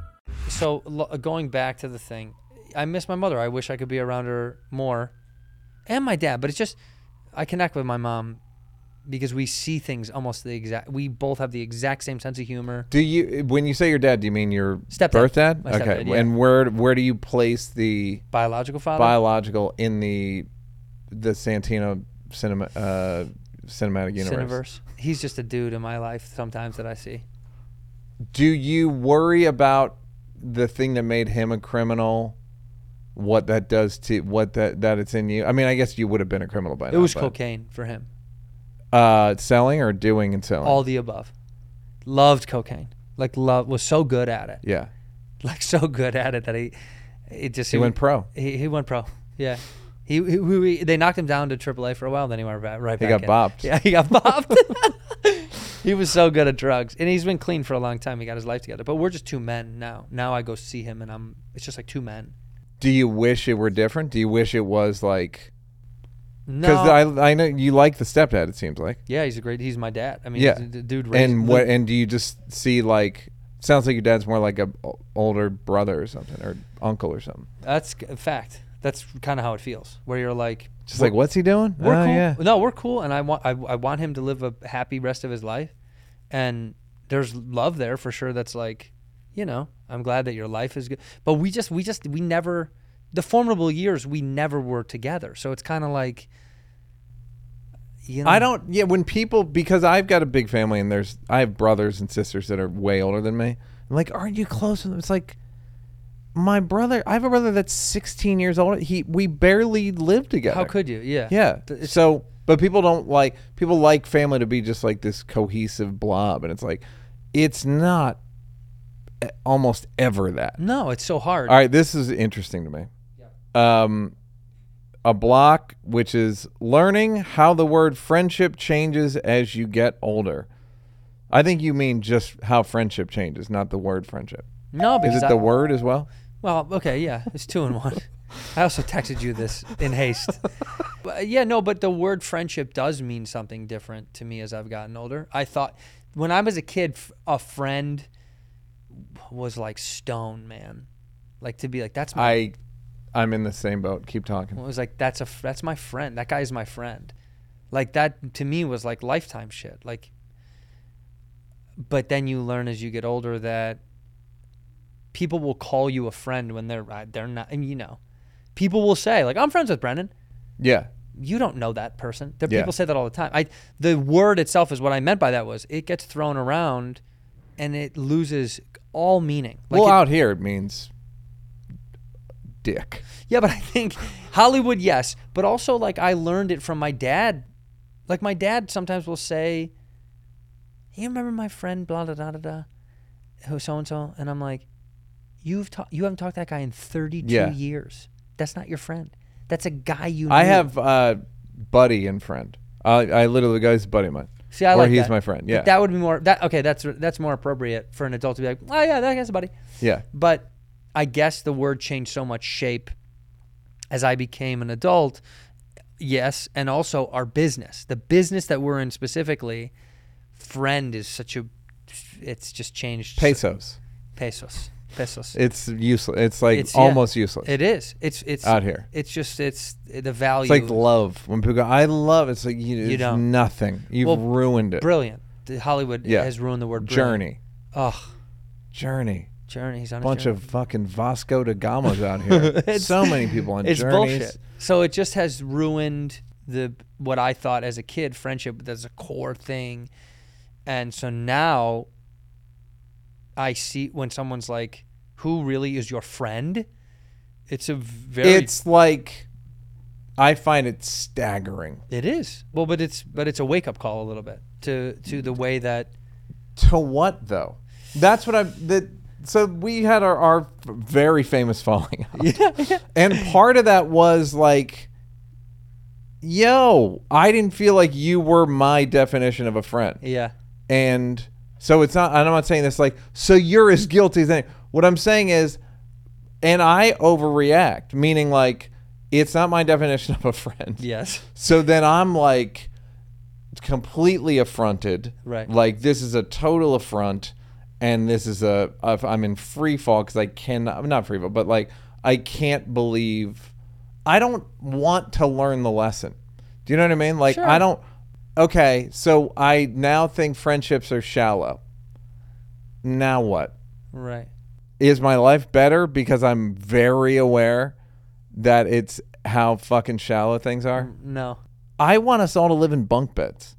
B: So lo- going back to the thing, I miss my mother. I wish I could be around her more, and my dad. But it's just I connect with my mom because we see things almost the exact. We both have the exact same sense of humor.
A: do you when you say your dad, do you mean your
B: Stepdad.
A: birth dad?
B: My
A: okay.
B: stepdad, yeah.
A: And where where do you place the
B: Biological father.
A: biological in the the Santino cinema uh, cinematic universe?
B: Cineverse. He's just a dude in my life sometimes that I see.
A: Do you worry about the thing that made him a criminal? What that does to what that that it's in you? I mean, I guess you would have been a criminal by now.
B: It was
A: but-
B: cocaine for him.
A: Uh, selling or doing and selling?
B: All the above. Loved cocaine. Like love was so good at it.
A: yeah,
B: Like so good at it that he it just
A: he went pro.
B: He, he went pro. Yeah. He, he, we- they knocked him down to AAA for a while, then he went right, right
A: He
B: back.
A: got
B: in.
A: bopped.
B: Yeah, he got bopped. he was so good at drugs, and he's been clean for a long time. He got his life together, but we're just two men now. Now I go see him, and I'm it's just like two men.
A: Do you wish it were different? Do you wish it was like?
B: No,
A: Because I I know you like the stepdad. It seems like.
B: yeah, he's a great. He's my dad. I mean,
A: Yeah.
B: the dude. Raised,
A: And what? And do you just see like? Sounds like your dad's more like a o- older brother or something, or uncle or something.
B: That's a fact. That's kind of how it feels, where you're like,
A: Just like, what's he doing?
B: we're
A: Oh,
B: cool.
A: yeah.
B: No, we're cool, and I want I, I want him to live a happy rest of his life, and there's love there for sure. That's like, you know, I'm glad that your life is good. But we just we just we never the formidable years we never were together. So it's kind of like, you know,
A: I don't. Yeah, when people because I've got a big family and there's I have brothers and sisters that are way older than me. I'm like, aren't you close? with them?" It's like my brother. I have a brother that's 16 years old. He we barely live together.
B: How could you? Yeah.
A: Yeah.
B: Th- it's-
A: So, but people don't like people like family to be just like this cohesive blob, and it's like it's not eh, almost ever that.
B: No, it's so hard.
A: All right, this is interesting to me. Um, a block which is learning how the word friendship changes as you get older. I think you mean just how friendship changes, not the word friendship.
B: No, because
A: Is it the
B: I-
A: word as well?
B: Well, okay, yeah, it's two and one. I also texted you this in haste. But yeah, no, but the word friendship does mean something different to me as I've gotten older. I thought when I was a kid, f- a friend was like stone, man. Like to be like that's my.
A: I, I'm in the same boat. Keep
B: it
A: talking.
B: was like that's a f- that's my friend. That guy is my friend. Like that to me was like lifetime shit. Like, but then you learn as you get older that people will call you a friend when they're uh, they're not. And you know, people will say like I'm friends with Brennan.
A: Yeah,
B: You don't know that person. There,
A: Yeah.
B: People say that all the time. I the word itself is what I meant by that was it gets thrown around, and it loses all meaning. Like
A: well,
B: it-
A: out here it means dick.
B: Yeah, but I think Hollywood, yes, but also like I learned it from my dad. Like my dad sometimes will say, "You remember my friend blah da da da da, who so and so," and I'm like, "You've ta- you haven't talked to that guy in 32
A: Yeah.
B: years. That's not your friend. That's a guy you."
A: I
B: knew."
A: have uh, buddy and friend. I I literally the guy's a buddy of mine.
B: See, I
A: or
B: like
A: he's
B: that.
A: my friend.
B: But
A: Yeah,
B: that would be more. That okay. That's that's more appropriate for an adult to be like, "Oh yeah, that guy's a buddy."
A: yeah.
B: But I guess the word changed so much shape as I became an adult. Yes, and also our business, the business that we're in specifically, friend is such a. It's just changed.
A: Pesos.
B: pesos, pesos.
A: It's useless. It's like
B: It's- yeah.
A: almost useless.
B: It is. It's it's
A: Out here.
B: It's just it's the value.
A: it's like love. When people go, I love. It's like you, it's
B: don't.
A: nothing. You've
B: Well,
A: ruined it.
B: brilliant. The Hollywood
A: Yeah.
B: has ruined the word brilliant.
A: Journey.
B: Oh,
A: Journey.
B: journeys on a
A: Bunch
B: journey.
A: of fucking Vasco da Gamas out here. so many people on
B: it's
A: journeys.
B: bullshit. So it just has ruined the what I thought as a kid friendship that's a core thing, and so now I see when someone's like, "Who really is your friend?" It's a very
A: It's like I find it staggering
B: it is well, but it's but it's a wake up call a little bit to to the way that
A: to what though? That's what I that. So we had our, our very famous falling out, and part of that was like, yo, I didn't feel like you were my definition of a friend,
B: yeah
A: and so it's not. And I'm not saying this like, so you're as guilty as any. What I'm saying is, and I overreact, meaning like, it's not my definition of a friend.
B: yes
A: So then I'm like completely affronted.
B: Right.
A: Like this is a total affront, and this is a a- I'm in free fall because I cannot not free fall, but like I can't believe I don't want to learn the lesson. Do you know what I mean? Like I don't. Okay, so I now think friendships are shallow. Now what?
B: right
A: is my life better because I'm very aware that it's how fucking shallow things are?
B: no
A: I want us all to live in bunk beds.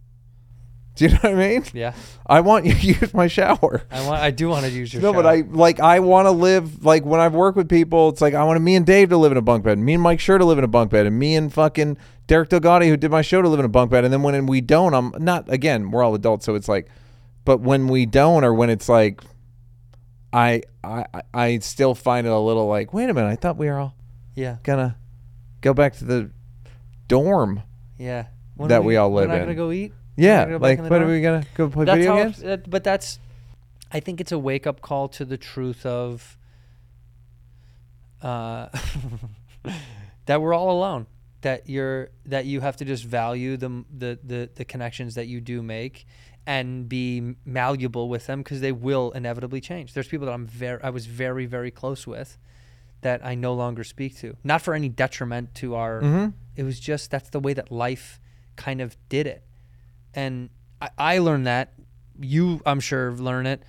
A: Do you know what I mean?
B: yeah
A: I want you to use my shower.
B: I want I do want to use your
A: No, but
B: shout.
A: I like I want to live like when I've worked with people, it's like I want me and Dave to live in a bunk bed, and me and Mike Sure to live in a bunk bed, and me and fucking Derek Delgado who did my show to live in a bunk bed, and then when we don't, I'm not again. We're all adults, so it's like, but when we don't, or when it's like, I I I- I still find it a little like, wait a minute, I thought we were all
B: yeah
A: gonna go back to the dorm.
B: yeah When
A: that we all live
B: we're not gonna
A: in.
B: go eat
A: Yeah,
B: gonna go back
A: like
B: in the
A: what are
B: dorm?
A: we gonna go play
B: that's
A: video
B: how
A: games?
B: that- but that's i think it's a wake-up call to the truth of uh, that we're all alone that you're that you have to just value the m- the the, the connections that you do make and be malleable with them because they will inevitably change there's people that i'm very i was very very close with that i no longer speak to not for any detriment to our
A: Mm-hmm.
B: it was just that's the way that life kind of did it and I, I learned that. You, I'm sure, learn it.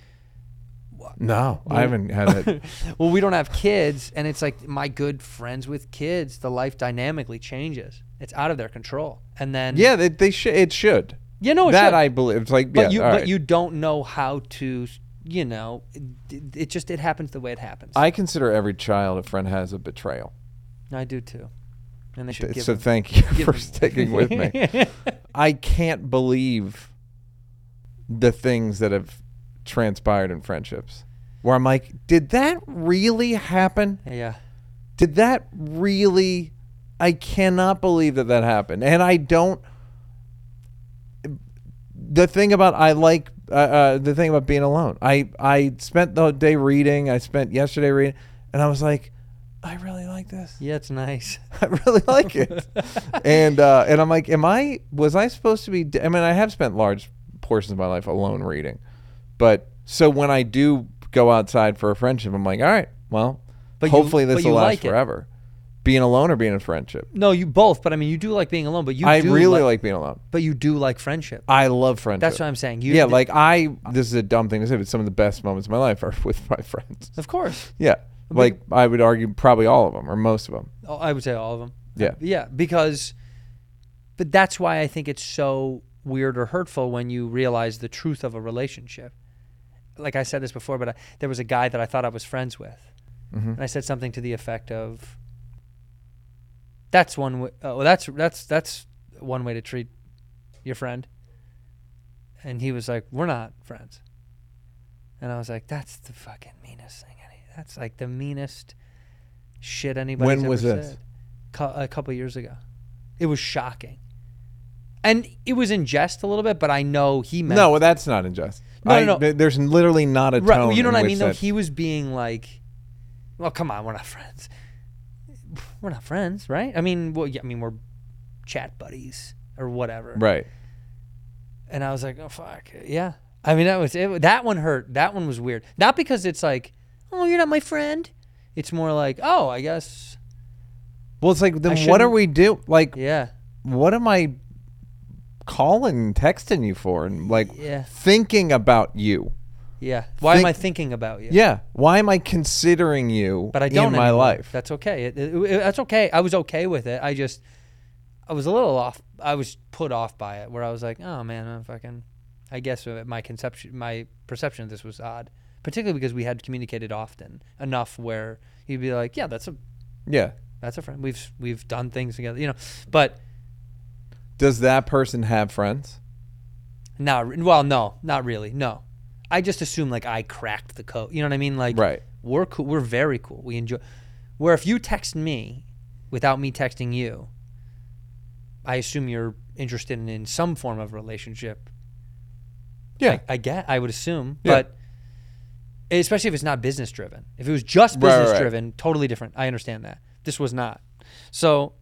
A: No, I haven't had it.
B: Well, we don't have kids, and it's like my good friends with kids. The life dynamically changes. It's out of their control, and then
A: yeah, they, they should. It should.
B: you know it
A: that
B: should.
A: I believe. It's like,
B: but
A: yeah,
B: you,
A: all
B: but
A: right.
B: you don't know how to, you know, it, it just it happens the way it happens.
A: I consider every child a friend has a betrayal.
B: I do too, and they should give.
A: so
B: them-
A: thank you
B: give
A: for
B: them-
A: sticking with me. I can't believe the things that have transpired in friendships. Where I'm like, did that really happen?
B: yeah,
A: Did that really? I cannot believe that that happened. And I don't. The thing about I like uh, uh, the thing about being alone. I I spent the day reading. I spent yesterday reading, and I was like, I really like this.
B: yeah, it's nice.
A: I really like it. and uh, and I'm like, am I was I supposed to be? I mean, I have spent large portions of my life alone reading, but so when I do go outside for a friendship, I'm like, all right, well,
B: But you-
A: hopefully
B: but
A: this
B: you
A: will last
B: like it.
A: forever. Being alone or being in a friendship,
B: No, you both, but I mean, you do like being alone, but you
A: I
B: do
A: really like, being alone.
B: but you do like friendship.
A: I love friendship.
B: That's what I'm saying. You,
A: yeah, like I. This is a dumb thing to say, but some of the best moments of my life are with my friends.
B: of course,
A: Yeah, like I would argue probably all of them or most of them.
B: Oh, I would say all of them.
A: Yeah,
B: Yeah, because, but that's why I think it's so weird or hurtful when you realize the truth of a relationship. Like I said this before, but I, there was a guy that I thought I was friends with, and I said something to the effect of, That's one. Way, oh, that's that's that's one way to treat your friend. And he was like, "We're not friends." And I was like, "That's the fucking meanest thing. any- That's like the meanest shit anybody's
A: When
B: ever
A: was this?
B: said." Cou- a couple years ago. It was shocking, and it was in jest a little bit, but I know he meant
A: No, well, that's not unjust.
B: No, no,
A: I-
B: no.
A: th- There's literally not a tone.
B: Right. You know
A: in
B: what I
A: which
B: mean? Though
A: that-
B: he was being like, "Well, come on, we're not friends. We're not friends, right? I mean, well, yeah, I mean, we're chat buddies or whatever."
A: right.
B: And I was like, "Oh fuck, yeah." I mean, that was it, that one hurt. That one was weird. Not because it's like, "Oh, you're not my friend." It's more like, "Oh, I guess,
A: Well, it's like then what are
B: shouldn't-
A: we do? Like,
B: yeah."
A: what am I calling, and texting you for, and like
B: Yeah.
A: thinking about you?
B: Yeah. Why am
A: Think-
B: I thinking about you?
A: Yeah. Why am I considering you?
B: But I don't
A: in my
B: anymore.
A: life.
B: That's okay. It, it- it- that's okay. I was okay with it. I just, I was a little off. I was put off by it, where I was like, oh man, I'm fucking. I guess uh, my conception, my perception of this was odd, particularly because we had communicated often enough where you'd be like, yeah, that's a
A: yeah.
B: that's a friend. We've we've done things together, you know. But
A: Does that person have friends?
B: not re- well, no, not really. No, I just assume like I cracked the code. You know what I mean? Like
A: Right.
B: We're cool. We're very cool. We enjoy. Where if you text me without me texting you, I assume you're interested in, in some form of relationship.
A: Yeah.
B: I get. I would assume,
A: Yeah.
B: but especially if it's not business driven. If it was just
A: Right, right, right.
B: business driven, totally different. I understand that. This was not. So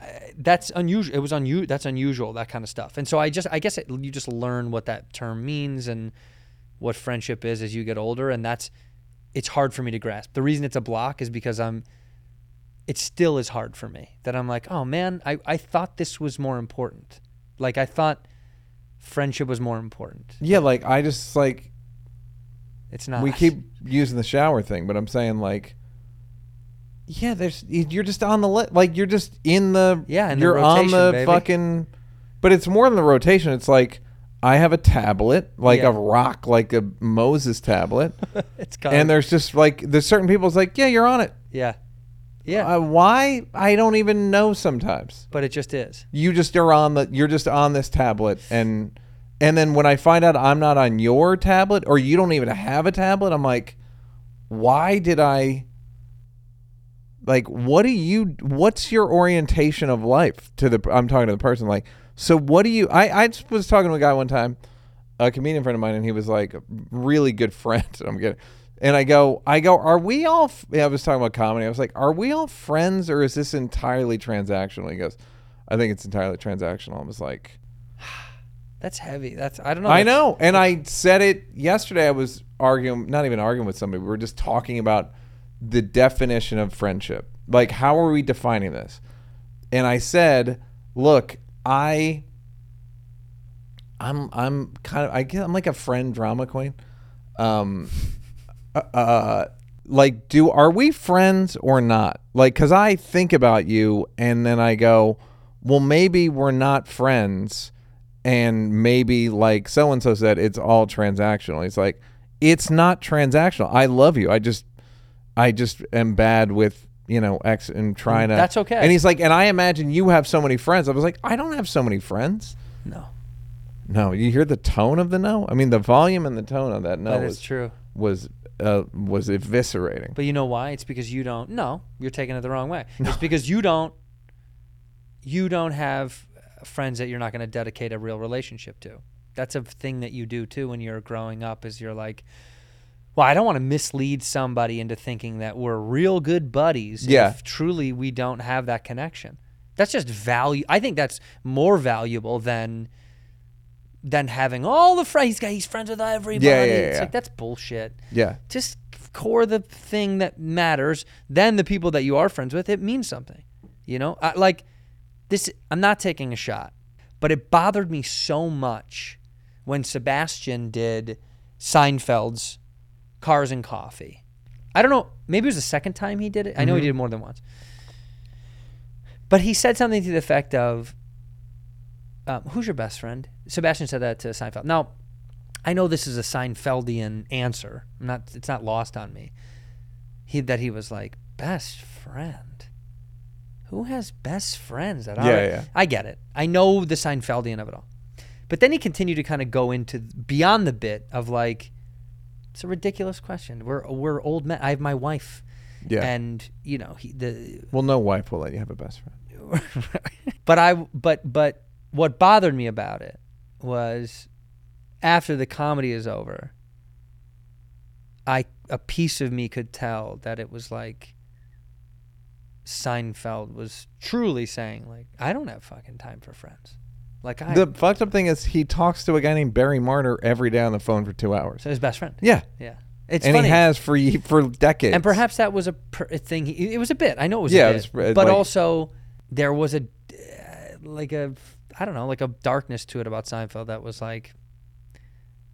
B: uh, that's unusual. It was unusual. That's unusual. That kind of stuff. And so I just, I guess it, you just learn what that term means and what friendship is as you get older. And that's, it's hard for me to grasp. The reason it's a block is because I'm, it still is hard for me that I'm like, oh man, I, I thought this was more important. Like I thought friendship was more important.
A: Yeah. Like I just like
B: It's not.
A: we keep using the shower thing, but I'm saying like, yeah, there's you're just on the li- like you're just in the
B: Yeah, in the
A: you're
B: rotation,
A: on the
B: baby.
A: fucking, but it's more than the rotation. It's like I have a tablet, like
B: Yeah.
A: a rock, like a Moses tablet,
B: It's kind
A: and there's just like there's certain people. It's like yeah, you're on it.
B: yeah, yeah.
A: Uh, why I don't even know sometimes.
B: but it just is.
A: you just are on the you're just on this tablet and and then when I find out I'm not on your tablet or you don't even have a tablet, I'm like, why did I like what do you what's your orientation of life to the I'm talking to the person like so what do you I I just was talking to a guy one time a comedian friend of mine and he was like a really good friend I'm getting and I go I go are we all f-? yeah, I was talking about comedy I was like are we all friends or is this entirely transactional he goes I think it's entirely transactional I was like
B: That's heavy. That's I don't know.
A: I
B: that's-
A: know. And I said it yesterday. I was arguing, not even arguing with somebody. We were just talking about the definition of friendship. Like, how are we defining this? And I said, look, I, I'm, I'm kind of, I guess I'm like a friend drama queen. Um, uh, like, do are we friends or not? Like, cause I think about you, and then I go, well, maybe we're not friends and maybe like so and so said it's all transactional. He's like, it's not transactional. I love you. I just I just am bad with you know X and trying to.
B: That's okay.
A: And he's like, and I imagine you have so many friends. I was like, I don't have so many friends.
B: No,
A: No, you hear the tone of the no. I mean, the volume and the tone of that no
B: that
A: was
B: is true.
A: was uh, was eviscerating.
B: But you know why? It's because you don't. No, you're taking it the wrong way. It's because you don't. You don't have uh, friends that you're not going to dedicate a real relationship to. That's a thing that you do too when you're growing up. Is you're like, well, I don't want to mislead somebody into thinking that we're real good buddies.
A: Yeah.
B: If truly, we don't have that connection. That's just value. I think that's more valuable than than having all the friends. He's got he's friends with everybody.
A: yeah,
B: it's
A: yeah.
B: like that's bullshit
A: Yeah,
B: just core the thing that matters then the people that you are friends with it means something you know I, like this i'm not taking a shot but it bothered me so much when sebastian did seinfeld's cars and coffee i don't know maybe it was the second time he did it i know he did it more than once but he said something to the effect of um, who's your best friend sebastian said that to seinfeld now I know this is a Seinfeldian answer. I'm not it's not lost on me. He that he was like best friend. who has best friends that
A: Yeah,
B: are
A: yeah.
B: I get it. I know the Seinfeldian of it all. But then he continued to kind of go into beyond the bit of like it's a ridiculous question. We're we're old men. I have my wife.
A: Yeah.
B: And you know, he the
A: Well, no wife will let you have a best friend.
B: but I but but what bothered me about it was after the comedy is over, I a piece of me could tell that it was like Seinfeld was truly saying like I don't have fucking time for friends. Like I
A: The fucked up thing is he talks to a guy named Barry Martyr every day on the phone for two hours.
B: so his best friend.
A: Yeah,
B: Yeah. It's
A: and
B: funny.
A: he has for ye- for decades.
B: and perhaps that was a per- a thing. He, it was a bit. I know it was.
A: Yeah,
B: a
A: it
B: bit,
A: was, uh,
B: but
A: like-
B: also there was a uh, like a I don't know like a darkness to it about Seinfeld that was like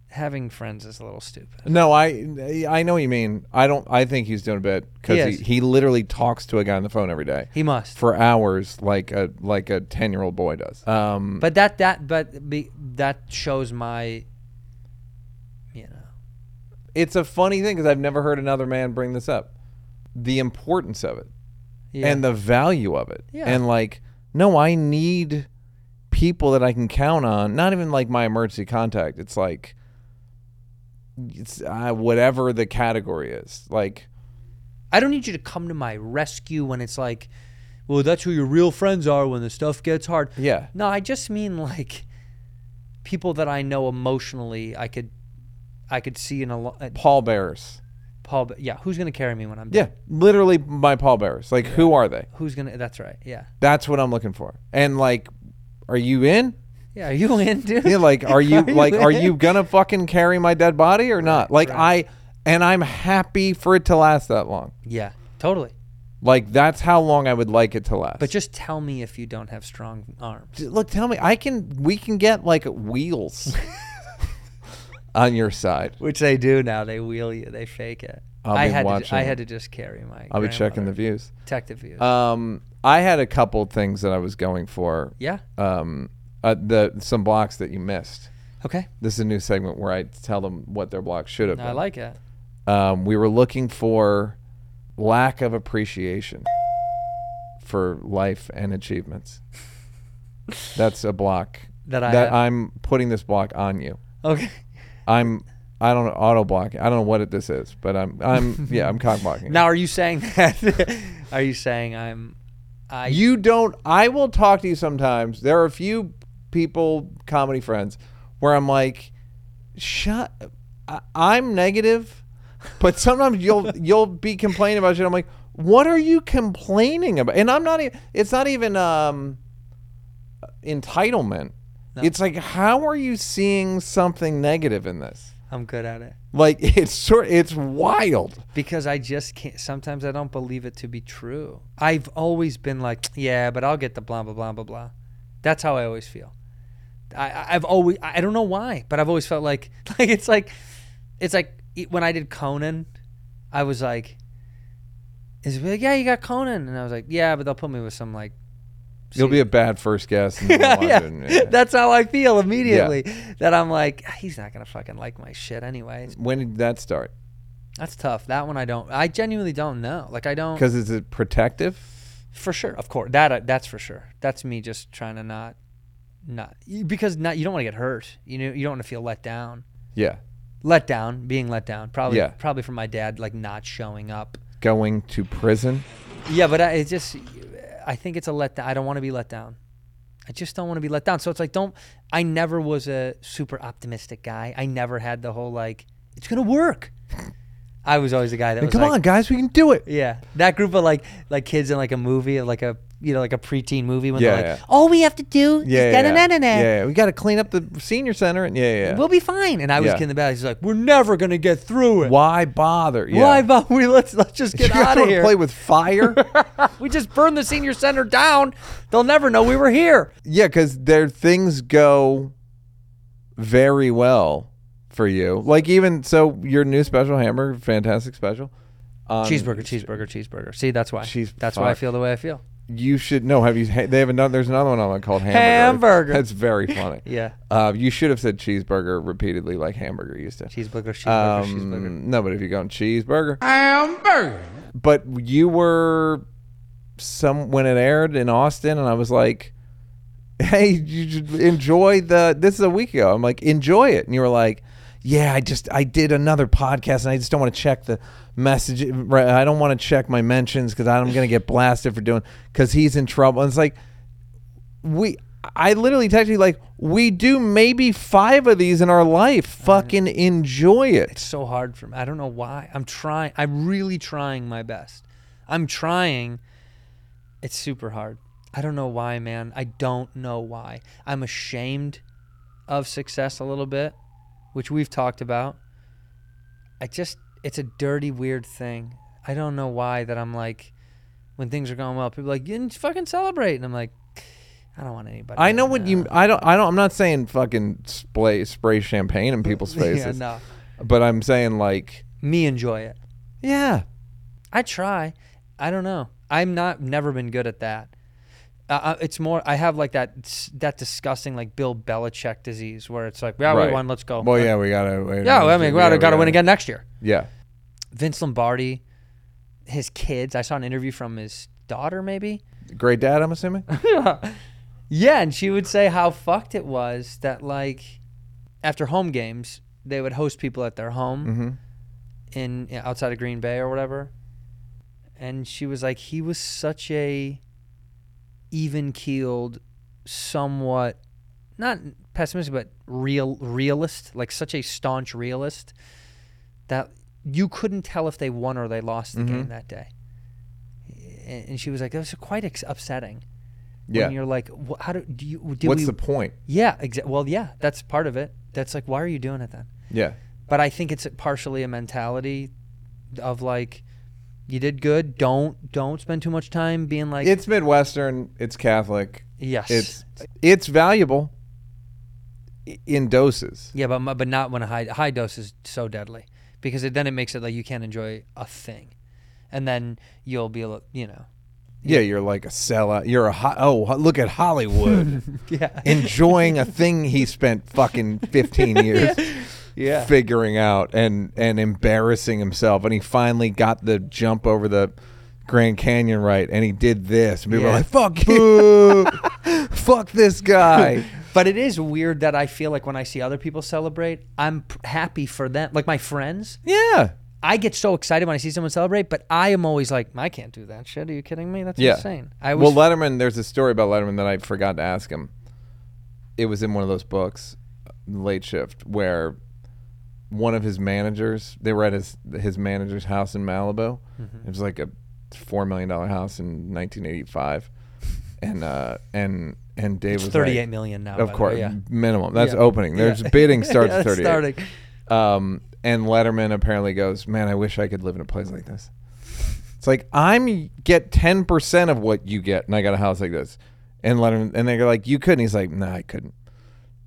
B: having friends is a little stupid.
A: no, I I know what you mean. I don't. I think he's doing a bit
B: He
A: because he,
B: is.
A: he literally talks to a guy on the phone every day
B: He must.
A: for hours, like a like a ten year old boy does. Um,
B: but that that but be, that shows my you know
A: it's a funny thing because I've never heard another man bring this up. The importance of it
B: yeah.
A: and the value of it.
B: Yeah.
A: And like, no, I need people that I can count on. Not even like my emergency contact. It's like, it's uh, whatever the category is. Like,
B: I don't need you to come to my rescue when it's like, well, that's who your real friends are when the stuff gets hard.
A: Yeah.
B: No, I just mean like people that I know emotionally. I could, I could see in a lo- uh,
A: pallbearers.
B: Paul. Ba- Yeah, who's gonna carry me when I'm?
A: Yeah,
B: down?
A: literally my pallbearers. Like, who are they?
B: Who's gonna? That's right. Yeah.
A: That's what I'm looking for. And like, are you in?
B: Yeah. Are you in, dude?
A: Yeah, like are you like are
B: in?
A: you gonna fucking carry my dead body or not? Like I and I'm happy for it to last that long.
B: Yeah. Totally.
A: Like that's how long I would like it to last.
B: But just tell me if you don't have strong arms.
A: D- look, tell me, I can we can get like wheels on your side.
B: Which they do now. They wheel you. They fake it.
A: I'll
B: I
A: be
B: had To,
A: watching.
B: I had to just carry my.
A: I'll be checking the
B: grandmother. Uh,
A: views.
B: Detective views.
A: Um, I had a couple things that I was going for.
B: yeah.
A: Um, uh, the some blocks that you missed.
B: Okay.
A: This is a new segment where I tell them what their block should have been.
B: I like it.
A: um, we were looking for lack of appreciation for life and achievements. That's a block
B: That I have.
A: I'm putting this block on you.
B: Okay.
A: I'm I don't know auto blocking. I don't know what it, this is, but I'm I'm yeah I'm cock blocking.
B: Now, are you saying that? are you saying I'm? I
A: you don't. I will talk to you sometimes. There are a few people, comedy friends, where I'm like, shut. I, I'm negative, but sometimes you'll you'll be complaining about shit. I'm like, what are you complaining about? And I'm not. e- It's not even um, entitlement. It's like, how are you seeing something negative in this?
B: I'm good at it
A: Like it's sort. It's wild.
B: because I just can't. Sometimes I don't believe it to be true. I've always been like, yeah, but I'll get the blah blah blah blah blah. That's how I always feel. I- I, I've always I don't know why, but I've always felt like like it's like it's like e- when I did Conan, I was like, is it like yeah you got Conan, and I was like yeah, but they'll put me with some like
A: You'll be a bad first guest. And yeah,
B: yeah. That's how I feel immediately. That I'm like, "Ah, he's not gonna fucking like my shit anyway. It's-
A: When did that start?
B: That's tough. That one I don't. I genuinely don't know. Like I don't.
A: Because is it protective?
B: For sure, of course. That I that's for sure. That's me just trying to not, not because not you don't want to get hurt. You know you don't want to feel let down.
A: Yeah.
B: Let down, being let down. Probably
A: Yeah.
B: probably from my dad like not showing up.
A: Going to prison.
B: Yeah, but I, it's just, I think it's a letdown. I don't want to be let down. I just don't want to be let down. So it's like, don't. I never was a super optimistic guy. I never had the whole like, it's gonna work. I was always the guy that was
A: Come
B: like,
A: on, guys, we can do it.
B: yeah, that group of like like kids in like a movie, or like a you know like a preteen movie when
A: Yeah,
B: they're like,
A: yeah.
B: all we have to do is da
A: yeah.
B: da da da da.
A: Yeah, we got to clean up the senior center. And yeah, yeah.
B: We'll be fine. And I was
A: Yeah.
B: in the back. He's like, we're never gonna get through it.
A: Why bother? Yeah.
B: Why? But we let's let's just
A: You
B: get
A: guys
B: out of
A: wanna
B: here.
A: Play with fire.
B: we just burned the senior center down. They'll never know we were here.
A: yeah, because their things go very well for you. Like even so, your new special hammer, fantastic special. Um,
B: cheeseburger, cheeseburger, cheeseburger. See, that's why.
A: Cheese-
B: that's why I
A: fuck.
B: feel the way I feel.
A: You should know. Have you? ha- They have another. There's another one on it called hamburger.
B: Hamburger.
A: That's very funny.
B: Yeah.
A: Uh, you should have said cheeseburger repeatedly, like hamburger used to.
B: Cheeseburger, cheeseburger, cheeseburger.
A: Um, no, but if you're going cheeseburger, hamburger. But you were some when it aired in Austin, and I was like, "Hey, you should enjoy the." This is a week ago. I'm like, "Enjoy it," and you were like, "Yeah, I just I did another podcast, and I just don't want to check the message. right, I don't want to check my mentions because I'm gonna get blasted for doing because he's in trouble." And it's like we. I literally texted you like we do maybe five of these in our life. Fucking enjoy it.
B: so hard for me. I don't know why. I'm trying. I'm really trying my best. I'm trying. It's super hard. I don't know why, man. I don't know why. I'm ashamed of success a little bit, which we've talked about. I just, it's a dirty, weird thing. I don't know why that I'm like, when things are going well, people are like, you fucking celebrate. And I'm like, I don't want anybody.
A: I know
B: to
A: what you. I don't. I don't. I'm not saying fucking spray spray champagne in people's
B: Yeah,
A: faces.
B: no.
A: But I'm saying like,
B: Me enjoy it.
A: yeah,
B: I try. I don't know. I'm not never been good at that. Uh, Uh, it's more I have like that s- that disgusting like Bill Belichick disease where it's like yeah
A: right.
B: we won let's go.
A: Well, yeah, we gotta. We,
B: yeah. I mean we gotta,
A: yeah,
B: gotta win again next year.
A: Yeah,
B: Vince Lombardi, his kids. I saw an interview from his daughter maybe.
A: great dad. I'm assuming.
B: Yeah, and she would say how fucked it was that like after home games they would host people at their home in yeah, outside of Green Bay or whatever. And she was like, he was such a even keeled, somewhat not pessimistic but real realist, like such a staunch realist that you couldn't tell if they won or they lost the game that day. And and she was like, that was quite ex- upsetting.
A: Yeah.
B: And you're like, "Wh- how do, do you? Did
A: What's
B: we,
A: the point?
B: Yeah, exa- well, yeah, that's part of it. That's like, why are you doing it then?
A: Yeah,
B: But I think it's partially a mentality of like, you did good. Don't don't spend too much time being like,
A: it's midwestern. It's Catholic.
B: yes,
A: It's it's valuable i- in doses.
B: yeah, but mu- but not when a high high dose is so deadly because it, then it makes it like you can't enjoy a thing, and then you'll be li- you know,
A: Yeah, you're like a sellout. You're a ho- oh ho- look at Hollywood
B: yeah,
A: enjoying a thing he spent fucking 15 years.
B: yeah.
A: figuring out and and embarrassing himself and he finally got the jump over the Grand Canyon right and he did this and people were
B: Yeah.
A: like fuck boo fuck this guy
B: But it is weird that I feel like when I see other people celebrate, I'm p- happy for them. Like my friends,
A: yeah
B: I get so excited when I see someone celebrate, but I am always like, I can't do that shit. Are you kidding me? That's
A: yeah
B: insane. I
A: well
B: was
A: Letterman there's a story about Letterman that I forgot to ask him it was in one of those books late shift where one of his managers they were at his his manager's house in Malibu
B: Mm-hmm.
A: it was like a 4 million dollar house in 1985 and uh and and Dave was like-
B: thirty-eight million now.
A: of
B: by the way,
A: course, Mm-hmm.
B: yeah.
A: minimum. That's
B: Yeah.
A: opening. There's bidding starts at
B: That's
A: 38.
B: starting.
A: Um, and Letterman apparently goes, "Man, I wish I could live in a place like this." It's like I'm get 10% of what you get, and I got a house like this. And Letterman, and they're like, "You couldn't." He's like, "No, I couldn't."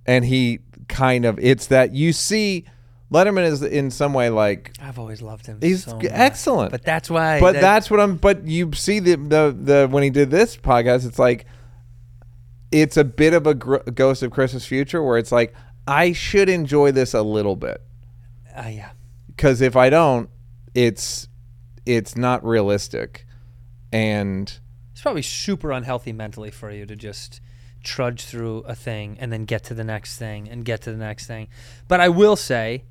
A: And he kind of, it's that you see, Letterman is in some way like
B: I've always loved him.
A: he's
B: so
A: g-
B: much.
A: excellent,
B: But that's why.
A: but
B: that-
A: that's what I'm. But you see the, the the when he did this podcast, it's like it's a bit of a gr- ghost of Christmas future where it's like I should enjoy this a little bit
B: Ah, yeah.
A: because if I don't, it's it's not realistic, and
B: It's probably super unhealthy mentally for you to just trudge through a thing and then get to the next thing and get to the next thing. But I will say,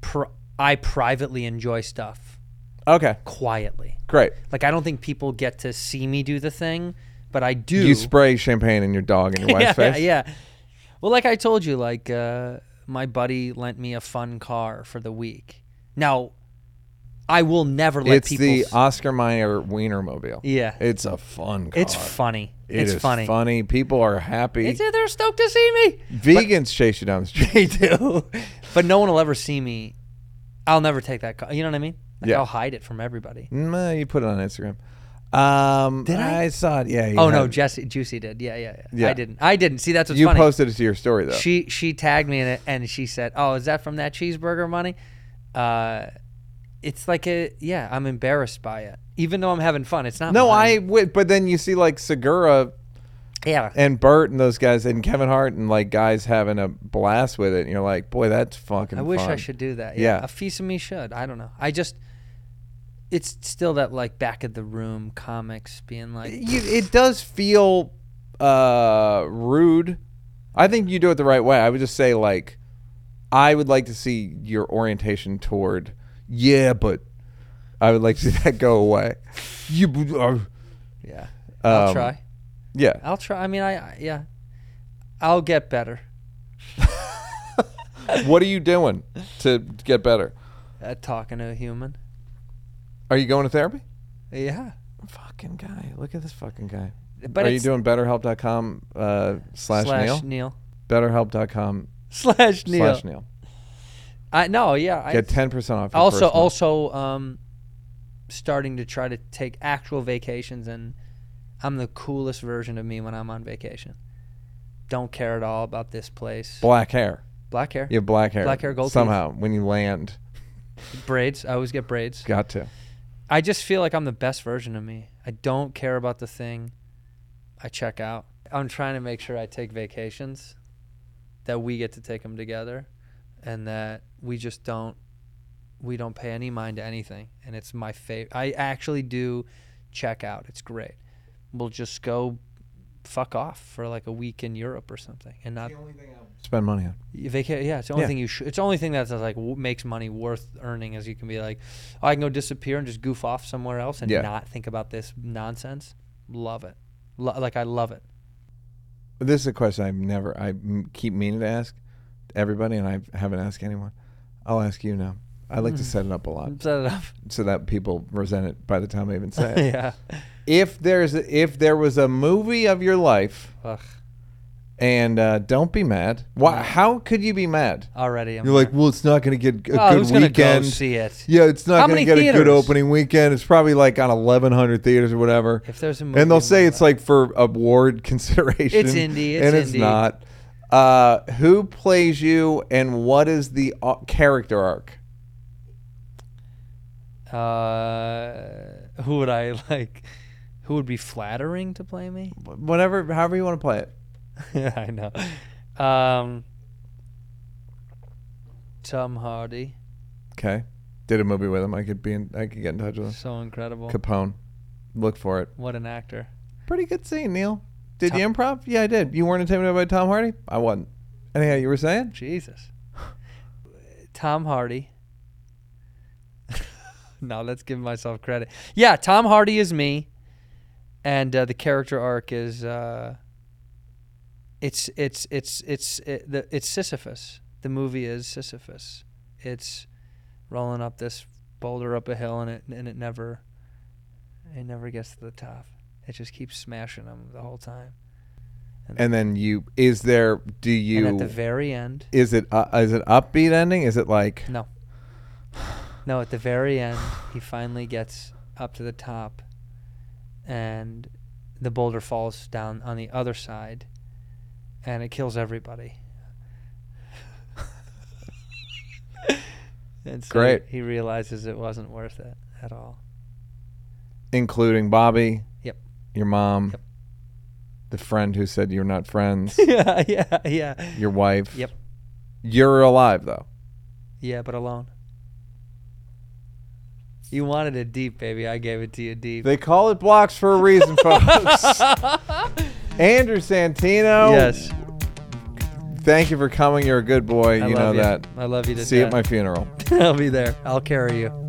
B: pr- I privately enjoy stuff
A: okay,
B: quietly.
A: great.
B: Like I don't think people get to see me do the thing, but I do.
A: You spray champagne in your dog and your wife's
B: yeah,
A: face.
B: Yeah, yeah. Well, like I told you, like uh, my buddy lent me a fun car for the week. Now, I will never let
A: It's
B: people.
A: the
B: s-
A: Oscar Mayer Wienermobile.
B: Yeah.
A: it's a fun. Car.
B: it's funny.
A: It
B: it's
A: is
B: funny.
A: funny. People are happy.
B: It's they're stoked to see me.
A: Vegans chase you down the street.
B: They do, but no one will ever see me. I'll never take that car. You know what I mean? Like,
A: Yeah.
B: I'll hide it from everybody.
A: No, Mm, uh, you put it on Instagram. Um,
B: Did I?
A: saw it. Yeah. you
B: Oh no,
A: had-
B: Jesse Juicy did. Yeah, yeah, yeah.
A: Yeah.
B: I didn't. I didn't see. That's what's
A: you
B: funny.
A: posted it to your story though.
B: she she tagged me in it and she said, "Oh, is that from that cheeseburger money?" Uh, it's like a yeah. I'm embarrassed by it, even though I'm having fun. It's not.
A: no, I
B: mine.
A: would, but then you see like Segura
B: yeah.
A: and Bert and those guys and Kevin Hart and like guys having a blast with it, and you're like, boy, that's fucking.
B: I wish I
A: fun."
B: should do that.
A: Yeah.
B: Yeah, a piece of me should. I don't know. I just it's still that like back of the room comics being like
A: you, it does feel uh, rude. I think you do it the right way. I would just say like, I would like to see your orientation toward. Yeah, but I would like to see that go away. You, b- uh,
B: yeah i'll
A: Um,
B: try
A: yeah.
B: i'll try i mean i I- yeah i'll get better
A: What are you doing to get better?
B: at talking to a human
A: Are you going to therapy?
B: yeah
A: Fucking guy, look at this fucking guy.
B: But
A: are you
B: it's-
A: doing BetterHelp.com uh, slash, Neil?
B: neil
A: BetterHelp.com
B: slash neil
A: slash Neil.
B: i no yeah I,
A: Get ten percent off. Your
B: also
A: first month.
B: also um starting to try to take actual vacations and i'm the coolest version of me when i'm on vacation don't care at all about this place
A: black hair.
B: black hair
A: You have black hair.
B: Black hair, gold teeth.
A: Somehow, when you land,
B: braids i always get braids
A: got to.
B: i just feel like i'm the best version of me i don't care about the thing i check out i'm trying to make sure i take vacations that we get to take them together and that we just don't we don't pay any mind to anything and it's my favorite i actually do check out it's great we'll just go fuck off for like a week in europe or something and not
A: Spend money on.
B: vacation yeah it's the only
A: Yeah.
B: thing you should it's the only thing that's like w- makes money worth earning is you can be like oh, i can go disappear and just goof off somewhere else and
A: Yeah.
B: not think about this nonsense love it Lo- like i love it
A: This is a question I've never, I m- keep meaning to ask everybody, and I haven't asked anyone. I'll ask you now. I like
B: Mm.
A: to set it up a lot
B: set it up
A: so that people resent it by the time I even say it.
B: yeah
A: if there's, a, if there was a movie of your life,
B: Ugh.
A: and uh, don't be mad.
B: Mm.
A: Why? How could you be mad?
B: already I'm
A: You're like, well, it's not going to get a
B: Oh,
A: good
B: who's gonna
A: weekend.
B: go see it?
A: Yeah, it's
B: How
A: not going
B: many
A: to get a good
B: theaters?
A: opening weekend. It's probably like on 1,100 theaters or whatever.
B: If there's a
A: and
B: movie
A: they'll say
B: like
A: it's like for award consideration.
B: It's indie, it's
A: and it's
B: indie.
A: not. Uh, who plays you, and what is the uh, character arc?
B: uh, who would I like? Who would be flattering to play me?
A: Whatever, however you want to play it.
B: I know. Um, Tom Hardy,
A: Okay, did a movie with him. I could be, in, I could get in touch with him.
B: so incredible.
A: Capone, look for it.
B: what an actor.
A: Pretty good scene, Neil. Did you improv? Yeah, I did. You weren't intimidated by Tom Hardy? I wasn't. Anyhow, you were saying?
B: Jesus. Tom Hardy. no, let's give myself credit. Yeah, Tom Hardy is me, and uh, the character arc is uh, it's it's it's it's it, the, it's Sisyphus. The movie is Sisyphus. It's rolling up this boulder up a hill, and it and it never it never gets to the top. It just keeps smashing them the whole time.
A: And then you, is there? Do you?
B: and at the very end,
A: is it uh, is it upbeat ending? Is it like
B: No. No, at the very end, he finally gets up to the top, and the boulder falls down on the other side, and it kills everybody. and so
A: Great.
B: He realizes it wasn't worth it at all.
A: including Bobby?
B: Yep.
A: Your mom. The friend who said you're not friends.
B: yeah, yeah, yeah.
A: your wife.
B: Yep.
A: You're alive though.
B: Yeah, but alone. You wanted it deep, baby. I gave it to you deep.
A: They call it blocks for a reason, folks. Andrew Santino.
B: yes.
A: Thank you for coming. You're a good boy.
B: I
A: you
B: love
A: know
B: you.
A: that.
B: I love you to
A: See you at my
B: death.
A: funeral.
B: I'll be there. I'll carry you.